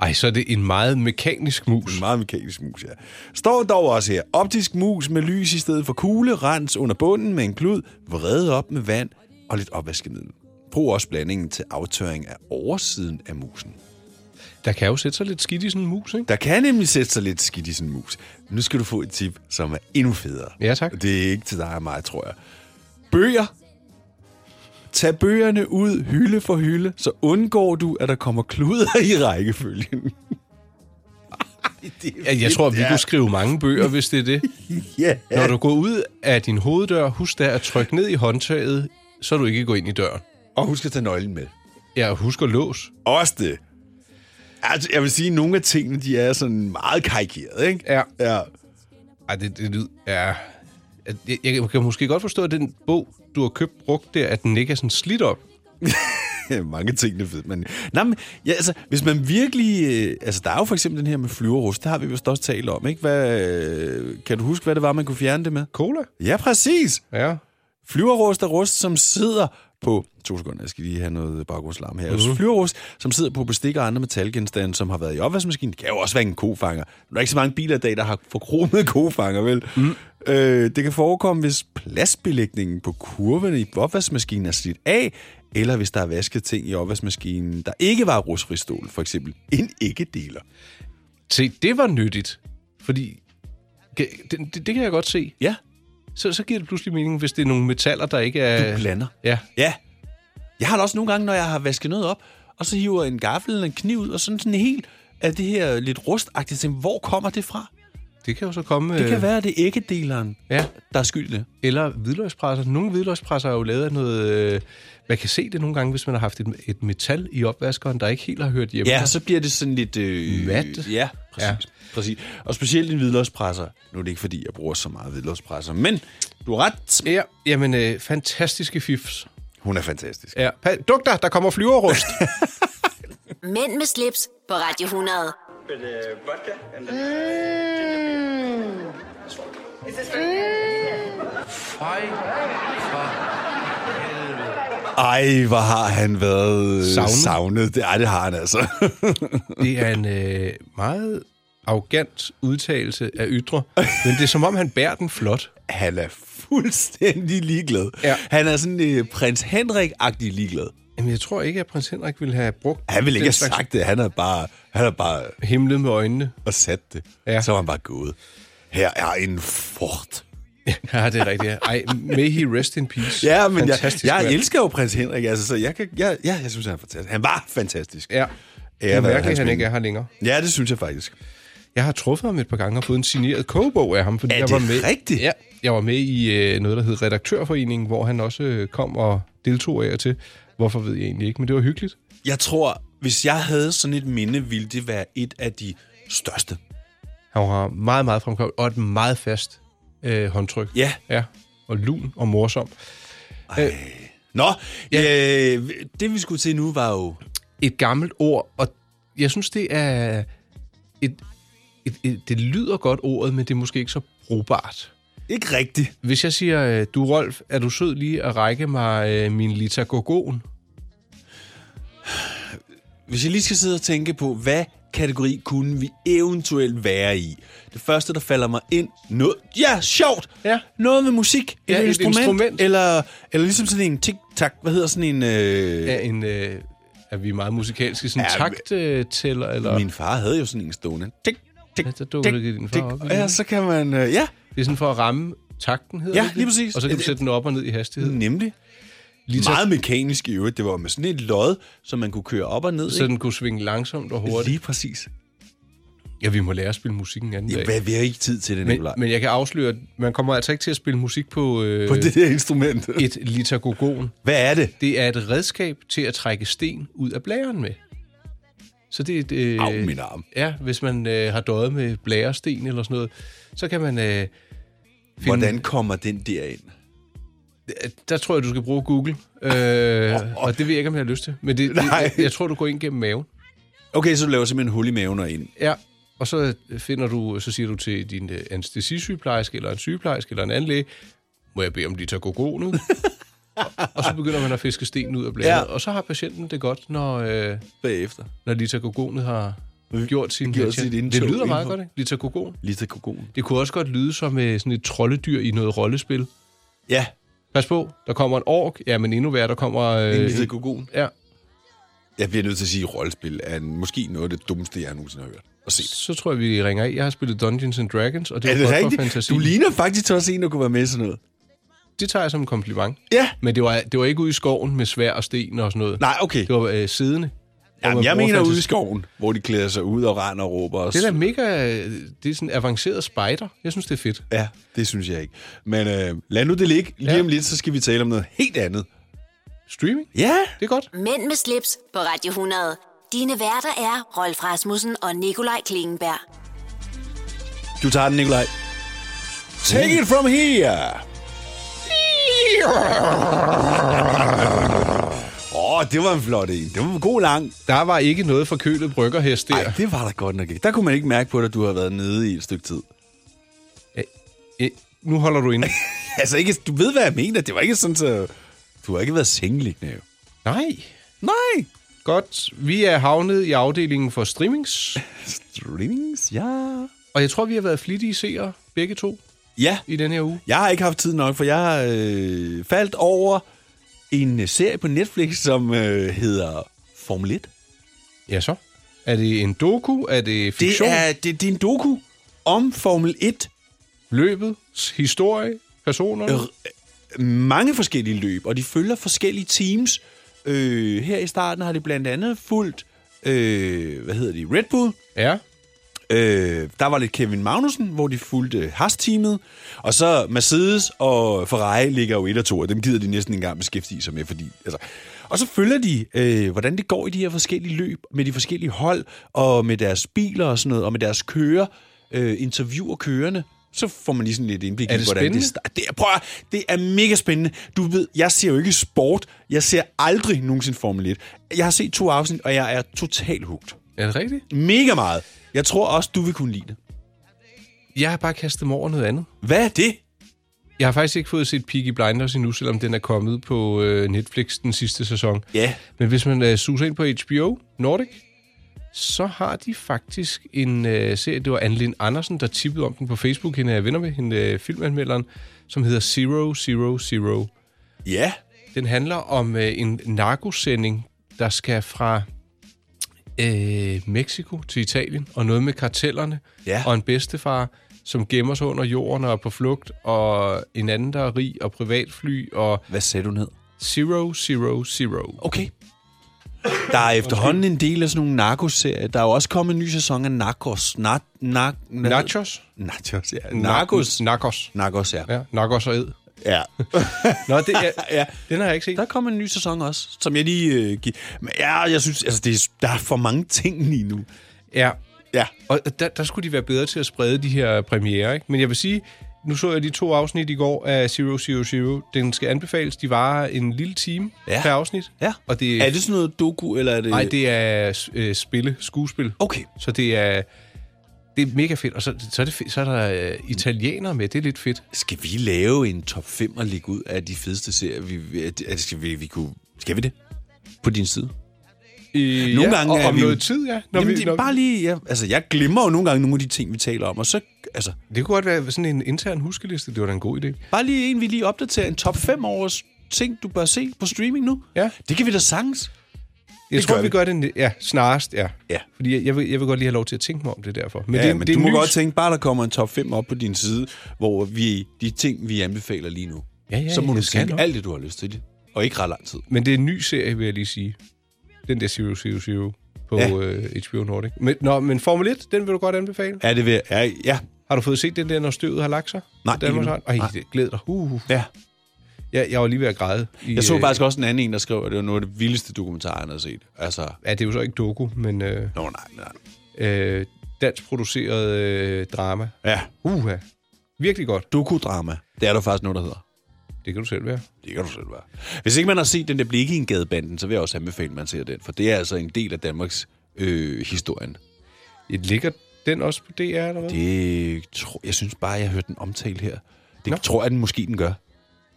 Speaker 3: Ej, så er det en meget mekanisk mus. En
Speaker 2: meget mekanisk mus, ja. Står dog også her. Optisk mus med lys i stedet for kugle, rens under bunden med en klud, vred op med vand og lidt opvaskemiddel. Brug også blandingen til aftørring af oversiden af musen.
Speaker 3: Der kan jo sætte sig lidt skidt i sådan en mus, ikke?
Speaker 2: Der kan nemlig sætte sig lidt skidt i sådan en mus. Nu skal du få et tip, som er endnu federe.
Speaker 3: Ja, tak.
Speaker 2: Det er ikke til dig og mig, tror jeg. Bøger. Tag bøgerne ud hylde for hylde, så undgår du, at der kommer kluder i rækkefølgen.
Speaker 3: Ja, jeg tror, vi kunne skrive mange bøger, hvis det er det.
Speaker 2: Ja.
Speaker 3: Når du går ud af din hoveddør, husk da at trykke ned i håndtaget, så du ikke går ind i døren.
Speaker 2: Og husk at tage nøglen med.
Speaker 3: Ja, og husk at låse.
Speaker 2: Også det. Altså, jeg vil sige, at nogle af tingene, de er sådan meget karikerede, ikke?
Speaker 3: Ja.
Speaker 2: ja.
Speaker 3: Ej, det, det lyder... Ja. At- Jeg, jeg kan måske godt forstå, at den bog, du har købt brugt der, at den ikke er sådan slidt op.
Speaker 2: Mange ting, det ved man. Nej, men, ja, altså, hvis man virkelig... Øh, altså, der er jo for eksempel den her med flyverrust. Det har vi vist også talt om, ikke? Hvad, øh, kan du huske, hvad det var, man kunne fjerne det med?
Speaker 3: Cola?
Speaker 2: Ja, præcis.
Speaker 3: Ja.
Speaker 2: Flyverrust er rust, som sidder på... To sekunder, jeg skal lige have noget baggrundslarm her. Mm-hmm. Flyverrust, som sidder på bestik og andre metalgenstande, som har været i opvaskemaskinen. Det kan jo også være en kofanger. Der er ikke så mange biler i dag, der har forkromede kofanger, vel? Mm. Øh, det kan forekomme, hvis pladsbelægningen på kurvene i opvaskemaskinen er slidt af, eller hvis der er vasket ting i opvaskemaskinen, der ikke var rustfri stål, for eksempel en ikke-deler.
Speaker 3: Se, det var nyttigt. Fordi... Det, det, det kan jeg godt se.
Speaker 2: Ja,
Speaker 3: Så, så giver det pludselig mening, hvis det er nogle metaller, der ikke er...
Speaker 2: du blander.
Speaker 3: Ja.
Speaker 2: Ja. Jeg har det også nogle gange, når jeg har vasket noget op, og så hiver en gaffel eller en kniv ud, og sådan sådan helt af det her lidt rustagtigt, tænker, hvor kommer det fra?
Speaker 3: Det kan jo så komme...
Speaker 2: Det kan
Speaker 3: øh,
Speaker 2: være, at det ikke er deleren,
Speaker 3: Ja.
Speaker 2: der er skyld i det.
Speaker 3: Eller hvidløgspresser. Nogle hvidløgspresser er jo lavet af noget... Øh, man kan se det nogle gange, hvis man har haft et, et metal i opvaskeren, der ikke helt har hørt hjemme.
Speaker 2: Ja, så bliver det sådan lidt... Øh,
Speaker 3: Mat.
Speaker 2: Ja, præcis.
Speaker 3: Ja.
Speaker 2: Ja. præcis. Og specielt en hvidløgspresser. Nu er det ikke, fordi jeg bruger så meget hvidløgspresser, men du har ret.
Speaker 3: Ja, jamen, øh, fantastiske fifs.
Speaker 2: Hun er fantastisk.
Speaker 3: Ja. Pa- Duk dig, der kommer flyverrust.
Speaker 1: Mænd med slips på Radio 100.
Speaker 2: Ej, hvor har han været øh,
Speaker 3: Savnet.
Speaker 2: savnet. Det, ej, det har han altså.
Speaker 3: det er en øh, meget arrogant udtalelse af ytre, men det er som om, han bærer den flot.
Speaker 2: han er fuldstændig ligeglad.
Speaker 3: Ja.
Speaker 2: Han er sådan øh, prins Henrik-agtig ligeglad.
Speaker 3: Jamen, jeg tror ikke, at prins Henrik ville have brugt
Speaker 2: Han ville ikke
Speaker 3: den
Speaker 2: have
Speaker 3: slags
Speaker 2: sagt det. Han har bare, han har bare
Speaker 3: himlet med øjnene.
Speaker 2: og sat det.
Speaker 3: Ja.
Speaker 2: Ja. Så var han bare gået. Her er en fort.
Speaker 3: Ja, det er rigtigt. Ej, may he rest in peace.
Speaker 2: Ja, men jeg,
Speaker 3: Fantastisk
Speaker 2: jeg
Speaker 3: mand.
Speaker 2: elsker jo prins Henrik, altså, så jeg, kan, jeg, ja, jeg synes, han er fantastisk. Han var fantastisk.
Speaker 3: Ja, det er
Speaker 2: hvad
Speaker 3: mærkeligt, at
Speaker 2: hans
Speaker 3: han
Speaker 2: minde.
Speaker 3: ikke er her længere.
Speaker 2: Ja, det synes jeg faktisk.
Speaker 3: Jeg har truffet ham et par gange og fået en signeret kogebog af ham. Fordi
Speaker 2: Er
Speaker 3: jeg
Speaker 2: det
Speaker 3: var med,
Speaker 2: rigtigt?
Speaker 3: Ja, jeg var med i øh, noget, der hed Redaktørforeningen, hvor han også øh, kom og deltog af og til. Hvorfor ved jeg egentlig ikke, men det var hyggeligt.
Speaker 2: Jeg tror, hvis jeg havde sådan et minde, ville det være et af de største.
Speaker 3: Han var meget, meget fremkommet, og et meget fast øh, håndtryk.
Speaker 2: Ja.
Speaker 3: ja. Og lun og morsom.
Speaker 2: Nå, ja. øh, det vi skulle til nu var jo...
Speaker 3: Et gammelt ord, og jeg synes, det er... Et, et, et, det lyder godt ordet, men det er måske ikke så brugbart.
Speaker 2: Ikke rigtigt.
Speaker 3: Hvis jeg siger, øh, du Rolf, er du sød lige at række mig øh, min litagogon?
Speaker 2: Hvis jeg lige skal sidde og tænke på, hvad kategori kunne vi eventuelt være i? Det første, der falder mig ind, noget... Ja, sjovt!
Speaker 3: Ja.
Speaker 2: Noget med musik,
Speaker 3: Ja,
Speaker 2: et,
Speaker 3: et
Speaker 2: instrument,
Speaker 3: instrument.
Speaker 2: Eller, eller ligesom sådan en tik-tak, hvad hedder sådan en... Øh,
Speaker 3: er en... Øh, er vi meget musikalske? Sådan en
Speaker 2: Ja, men-
Speaker 3: takttæller, eller...
Speaker 2: Min far havde jo sådan en stående. Tik, tik,
Speaker 3: Ja, så dukker det din far op igen.
Speaker 2: Ja, så kan man... Øh, ja,
Speaker 3: Det er sådan for at ramme takten,
Speaker 2: Ja,
Speaker 3: hedder
Speaker 2: Mm,
Speaker 3: det ikke
Speaker 2: lige
Speaker 3: det?
Speaker 2: præcis.
Speaker 3: Og så kan du
Speaker 2: Et-
Speaker 3: sætte den op og ned i hastighed.
Speaker 2: nemlig.
Speaker 3: Lita-
Speaker 2: Meget mekanisk i øvrigt. Det var med sådan et lod, som man kunne køre op og ned.
Speaker 3: Så den kunne svinge langsomt og hurtigt.
Speaker 2: Lige præcis.
Speaker 3: Ja, vi må lære at spille musik en anden
Speaker 2: Ja,
Speaker 3: dag.
Speaker 2: hvad, vi har ikke tid til det,
Speaker 3: Men,
Speaker 2: Nicolaj.
Speaker 3: men jeg kan afsløre, at man kommer altså ikke til at spille musik på, øh,
Speaker 2: På det der instrument.
Speaker 3: et litagogon.
Speaker 2: Hvad er det?
Speaker 3: Det er et redskab til at trække sten ud af blæren med. Så det er et... Øh,
Speaker 2: Au, min arm.
Speaker 3: Ja, hvis man øh, har døjet med blæresten eller sådan noget, så kan man... Øh, finde-
Speaker 2: Hvordan kommer den der ind?
Speaker 3: Der tror jeg, du skal bruge Google. Øh, og det ved jeg ikke, om jeg har lyst til. Men det, det,
Speaker 2: Nej.
Speaker 3: jeg, jeg tror, du går ind gennem maven.
Speaker 2: Okay, så du laver simpelthen hul i maven og ind.
Speaker 3: Ja, og så finder du, så siger du til din øh, anestesisygeplejerske, eller en sygeplejerske, eller en anden læge, må jeg bede om lidt gå nu? og, og så begynder man at fiske sten ud af blæret, ja.
Speaker 2: Ja.
Speaker 3: og så har patienten det godt, når, øh,
Speaker 2: Bagefter.
Speaker 3: når litagogonet har gjort sin
Speaker 2: Mm. Gjort sit
Speaker 3: Det
Speaker 2: indtog
Speaker 3: lyder meget
Speaker 2: indenfor.
Speaker 3: godt, ikke? Litagogon.
Speaker 2: Lita Kogon.
Speaker 3: Det kunne også godt lyde som øh, sådan et troldedyr i noget rollespil.
Speaker 2: Ja,
Speaker 3: Pas på, der kommer en ork. Ja, men endnu værre, der kommer... Øh,
Speaker 2: en Lita Kogon.
Speaker 3: Ja,
Speaker 2: Jeg bliver nødt til at sige, at rollespil er måske noget af det dummeste, jeg nogensinde har hørt. Og set.
Speaker 3: så tror jeg, vi ringer af. Jeg har spillet Dungeons and Dragons, og det
Speaker 2: Er
Speaker 3: er,
Speaker 2: det
Speaker 3: godt for
Speaker 2: rigtigt?
Speaker 3: fantasi.
Speaker 2: Du ligner faktisk også en, der kunne være med i sådan noget.
Speaker 3: Det tager jeg som en kompliment.
Speaker 2: Ja.
Speaker 3: Men det var, det var ikke ude i skoven med svær og sten og sådan noget.
Speaker 2: Nej, okay.
Speaker 3: Det var øh, siddende. Hvor
Speaker 2: Jamen,
Speaker 3: man
Speaker 2: jeg
Speaker 3: bruger
Speaker 2: mener ude i
Speaker 3: fantasi.
Speaker 2: skoven, hvor de klæder sig ud og render og råber. Og
Speaker 3: Det er da mega... øh, Det er sådan avanceret spider. Jeg synes, det er fedt.
Speaker 2: Ja, det synes jeg ikke. Men øh, lad nu det ligge. Lige
Speaker 3: Ja.
Speaker 2: om lidt, så skal vi tale om noget helt andet.
Speaker 3: Streaming?
Speaker 2: Ja,
Speaker 3: Det er godt.
Speaker 1: Mænd med slips på Radio 100. Dine værter er Rolf Rasmussen og Nikolaj Klingenberg.
Speaker 2: du tager den, Nikolaj. Take it from here! Åh, oh, det var en flot en. Det var en god lang.
Speaker 3: Der var ikke noget for kølet bryggerhest der.
Speaker 2: Ej, det var da godt nok ikke. Der kunne man ikke mærke på dig, at du har været nede i et stykke tid.
Speaker 3: Øh, nu holder du inde.
Speaker 2: Altså, ikke, du ved, hvad jeg mener. Det var ikke sådan, så... Du har ikke været sengeliggende, jo.
Speaker 3: Nej.
Speaker 2: Nej!
Speaker 3: Godt. Vi er havnet i afdelingen for streamings.
Speaker 2: Streamings, ja.
Speaker 3: Og jeg tror, vi har været flittige seere, begge to,
Speaker 2: Ja,
Speaker 3: i den her uge.
Speaker 2: jeg har ikke haft tid nok, for jeg har øh, faldt over en øh, serie på Netflix, som øh, hedder Formel 1.
Speaker 3: Ja, så. Er det en doku? Er det
Speaker 2: Det
Speaker 3: fiktion?
Speaker 2: er, det, det er en doku om Formel 1.
Speaker 3: Løbets historie? Personerne?
Speaker 2: Øh, Mange forskellige løb, og de følger forskellige teams. Øh, her i starten har de blandt andet fulgt, øh, hvad hedder de, Red Bull.
Speaker 3: Ja.
Speaker 2: Øh, der var lidt Kevin Magnussen, hvor de fulgte Haas-teamet. Og så Mercedes og Ferrari ligger jo 1 og 2, og dem gider de næsten ikke engang beskæftige sig med. Fordi, altså. Og så følger de, øh, hvordan det går i de her forskellige løb, med de forskellige hold, og med deres biler og sådan noget, og med deres kører, øh, interviewer kørende. Så får man lige sådan lidt indblik
Speaker 3: Er
Speaker 2: i,
Speaker 3: det
Speaker 2: hvordan
Speaker 3: spændende?
Speaker 2: det sta- det, er- prøv at, det er mega spændende. Du ved, jeg ser jo ikke sport. Jeg ser aldrig nogensinde Formel 1. Jeg har set to afsnit, og jeg er totalt hugt.
Speaker 3: Er det rigtigt?
Speaker 2: Mega meget. Jeg tror også, du vil kunne lide det.
Speaker 3: Jeg har bare kastet mig over noget andet.
Speaker 2: Hvad er det?
Speaker 3: Jeg har faktisk ikke fået set Peaky Blinders endnu, selvom den er kommet på øh, Netflix den sidste sæson.
Speaker 2: Ja.
Speaker 3: Men hvis man øh, suser ind på HBO Nordic, så har de faktisk en øh, serie, det var Anne-Lin Andersen, der tippede om den på Facebook, hende er jeg venner med, hende øh, filmanmelderen, som hedder Zero Zero Zero.
Speaker 2: Ja.
Speaker 3: Den handler om øh, en narkosending, der skal fra øh, Mexico til Italien, og noget med kartellerne,
Speaker 2: Ja.
Speaker 3: og en bedstefar, som gemmer sig under jorden og er på flugt, og en anden, der er rig og privatfly, og
Speaker 2: Hvad sagde du ned?
Speaker 3: zero, zero, zero.
Speaker 2: Okay. Der er efterhånden en del af sådan nogle narkoserier. Der er jo også kommet en ny sæson af Narcos. Na, na, na,
Speaker 3: Nachos?
Speaker 2: Nachos, ja. Narcos.
Speaker 3: Narcos.
Speaker 2: Narcos, ja.
Speaker 3: Ja, Narcos og Ed.
Speaker 2: ja.
Speaker 3: Nå, det er,
Speaker 2: Ja.
Speaker 3: den har jeg ikke set.
Speaker 2: Der kommer en ny sæson også, som jeg lige øh, giver. Men ja, jeg synes, altså, det er, der er for mange ting lige nu.
Speaker 3: Ja,
Speaker 2: Ja.
Speaker 3: og der, der skulle de være bedre til at sprede de her premiere, ikke? Men jeg vil sige, nu så jeg de to afsnit i går af Zero Zero Zero. Den skal anbefales. De varer en lille time ja.
Speaker 2: Ja.
Speaker 3: per afsnit.
Speaker 2: ja.
Speaker 3: Og det,
Speaker 2: er det sådan noget doku, eller er det...
Speaker 3: Nej, det er øh, spille, skuespil.
Speaker 2: Okay.
Speaker 3: Så det er, det er mega fedt. Og så, så, er, det fedt, så er der øh, italienere med. Det er lidt fedt.
Speaker 2: Skal vi lave en top 5 og lægge ud af de fedeste serier? Vi, er det- er det- skal, vi, vi kunne, skal vi det? På din side?
Speaker 3: Øh,
Speaker 2: Nogle
Speaker 3: ja,
Speaker 2: gange
Speaker 3: og,
Speaker 2: er
Speaker 3: om
Speaker 2: vi-
Speaker 3: noget tid, ja.
Speaker 2: Nå, Jamen,
Speaker 3: vi,
Speaker 2: det er bare lige... Ja, altså, jeg glemmer jo nogle gange nogle af de ting, vi taler om, og så... Altså,
Speaker 3: det kunne godt være sådan en intern huskeliste. Det var da en god idé.
Speaker 2: bare lige en, vi lige opdaterer en top 5 over ting, du bør se på streaming nu.
Speaker 3: Ja.
Speaker 2: Det kan vi da sagtens.
Speaker 3: Jeg
Speaker 2: Det
Speaker 3: tror,
Speaker 2: gør
Speaker 3: vi
Speaker 2: vi.
Speaker 3: gør det næ- ja, snarest, ja.
Speaker 2: Ja.
Speaker 3: Fordi jeg, jeg, vil, jeg vil godt lige have lov til at tænke mig om det derfor. Men
Speaker 2: Ja,
Speaker 3: det,
Speaker 2: men
Speaker 3: det
Speaker 2: det du må
Speaker 3: nys.
Speaker 2: godt tænke, bare der kommer en top 5 op på din side, hvor vi de ting, vi anbefaler lige nu.
Speaker 3: Ja, ja,
Speaker 2: så må
Speaker 3: ja,
Speaker 2: du
Speaker 3: det skal
Speaker 2: tænke
Speaker 3: nok.
Speaker 2: alt det, du har lyst til det. Og ikke ret lang tid.
Speaker 3: Men det er en ny serie, vil jeg lige sige. Den der Zero Zero Zero på ja.
Speaker 2: Ja.
Speaker 3: øh, HBO Nordic. Men, nå, men Formel 1, den vil du godt anbefale.
Speaker 2: Er det ved... Ja, ja.
Speaker 3: Har du fået set den der, når støvet har lagt sig?
Speaker 2: Nej,
Speaker 3: På Danmarks
Speaker 2: ikke
Speaker 3: Radio? Ej,
Speaker 2: Nej.
Speaker 3: det glæder dig. Uh,
Speaker 2: ja.
Speaker 3: jeg, jeg var lige ved at græde. I,
Speaker 2: Jeg så
Speaker 3: øh,
Speaker 2: faktisk også en anden en, der skrev, at det var noget af det vildeste dokumentar, han havde set. Altså...
Speaker 3: Ja, det er jo så ikke doku, men øh,
Speaker 2: Nå, nej, nej.
Speaker 3: øh, dansk produceret øh, drama.
Speaker 2: Ja.
Speaker 3: Uha. Virkelig godt.
Speaker 2: Dokudrama. Det er der faktisk noget, der hedder.
Speaker 3: Det kan du selv være.
Speaker 2: Det kan du selv være. Hvis ikke man har set den der Blikke i en gadebanden, så vil jeg også anbefale, at man ser den, for det er altså en del af Danmarks øh, historien.
Speaker 3: Et ligger den også på DR, eller hvad?
Speaker 2: Det tror jeg synes bare, jeg hørte den omtalt her. Det Nå. tror jeg, den måske den gør.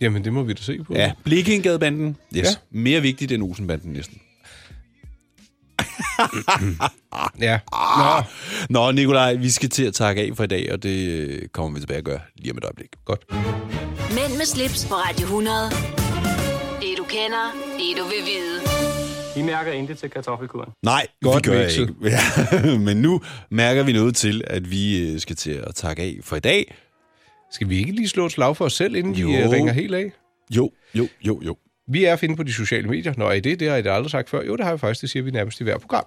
Speaker 3: Jamen, det må vi da se på.
Speaker 2: Ja, Blikingadebanden. Yes. Ja. Mere vigtigt end Olsenbanden næsten.
Speaker 3: ja.
Speaker 2: Nå. Nå, Nikolaj, vi skal til at takke af for i dag, og det øh, kommer vi tilbage at gøre lige om et øjeblik.
Speaker 3: Godt.
Speaker 1: Mænd med slips på Radio 100. Det du kender, det du vil vide.
Speaker 4: I mærker intet til kartoffelkuren.
Speaker 2: Nej,
Speaker 3: Godt
Speaker 2: vi gør
Speaker 3: mixet.
Speaker 2: ikke. Ja, men nu mærker vi noget til, at vi øh, skal til at takke af for i dag.
Speaker 3: Skal vi ikke lige slå et slag for os selv, inden jo.
Speaker 2: Jo.
Speaker 3: vi øh, ringer helt af?
Speaker 2: Jo, jo, jo, jo.
Speaker 3: Vi er at finde på de sociale medier. Nå, er I det? Det har I da aldrig sagt før. Jo, det har jeg faktisk. Det siger vi nærmest i hver program.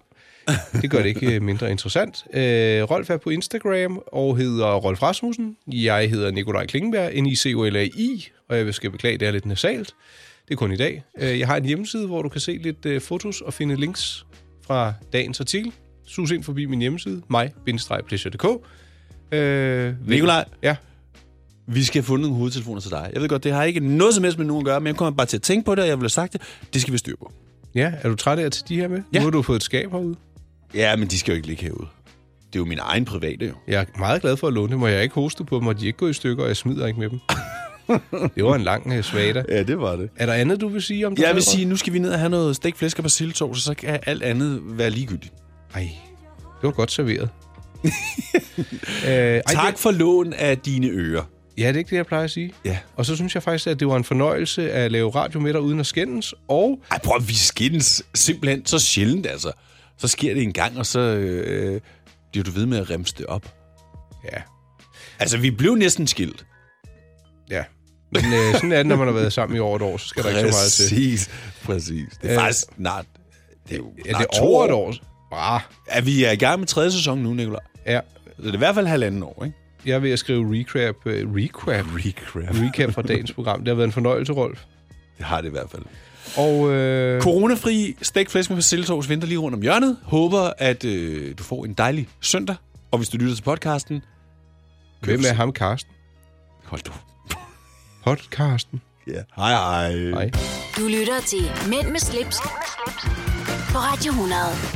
Speaker 3: Det gør det ikke øh, mindre interessant. Øh, Rolf er på Instagram og hedder Rolf Rasmussen. Jeg hedder Nikolaj Klingenberg, n i c o l a i og jeg skal beklage, det er lidt nasalt. Det er kun i dag. Øh, jeg har en hjemmeside, hvor du kan se lidt øh, fotos og finde links fra dagens artikel. Sus ind forbi min hjemmeside, mig-pleasure.dk. Øh,
Speaker 2: Nikolaj?
Speaker 3: Ja.
Speaker 2: Vi skal have fundet nogle hovedtelefoner til dig. Jeg ved godt, det har ikke noget som helst med nogen at gøre, men jeg kommer bare til at tænke på det, og jeg vil have sagt det. Det skal vi styre på.
Speaker 3: ja, er du træt af at tage de her med?
Speaker 2: Ja.
Speaker 3: Nu har du fået et skab herude.
Speaker 2: Ja, men de skal jo ikke ligge herude. Det er jo min egen private, jo.
Speaker 3: Jeg er meget glad for at låne dem, og jeg er ikke hoste på dem, og de er ikke gået i stykker, og jeg smider ikke med dem. det var en lang øh, svada.
Speaker 2: Ja, det var det.
Speaker 3: Er der andet, du vil sige om det?
Speaker 2: Jeg vil
Speaker 3: Frederik?
Speaker 2: sige, nu skal vi ned og have noget stegt flæsk og persillesovs, så kan alt andet være ligegyldigt.
Speaker 3: Ej, det var godt serveret. øh, ej,
Speaker 2: Tak
Speaker 3: Det,
Speaker 2: for lån af dine ører.
Speaker 3: ja, det er ikke det, jeg plejer at sige.
Speaker 2: Ja.
Speaker 3: Og så synes jeg faktisk, at det var en fornøjelse at lave radio med dig uden at skændes, og
Speaker 2: Ej, prøv at vi skændes simpelthen så sjældent, altså. Så sker det en gang, og så øh, bliver du ved med at remse det op.
Speaker 3: ja,
Speaker 2: Altså, vi blev næsten skilt.
Speaker 3: ja. Men øh, sådan er det, når man har været sammen i over et år, så skal der ikke så meget til.
Speaker 2: Præcis, præcis. Det er
Speaker 3: Øh,
Speaker 2: øh, faktisk snart... Det er jo
Speaker 3: Er
Speaker 2: snart
Speaker 3: det
Speaker 2: to
Speaker 3: over et år? Bare.
Speaker 2: Er vi er i gang med tredje sæson nu, Nicolaj?
Speaker 3: Ja,
Speaker 2: Så det er i hvert fald halvanden år, ikke?
Speaker 3: jeg er ved at skrive recap, øh, recap,
Speaker 2: Recrap.
Speaker 3: recap fra dagens program. Det har været en fornøjelse, Rolf.
Speaker 2: Det har det i hvert fald.
Speaker 3: Og øh,
Speaker 2: Coronafri stegt flæsk med persillesovs venter lige rundt om hjørnet. Håber, at øh, du får en dejlig søndag. Og hvis du lytter til podcasten...
Speaker 3: hvem er ham, Karsten?
Speaker 2: Hold du.
Speaker 3: Podcasten.
Speaker 2: Ja. Hej, hej.
Speaker 3: Hej.
Speaker 1: Du lytter til Mænd med slips, Mænd med slips. på Radio 100.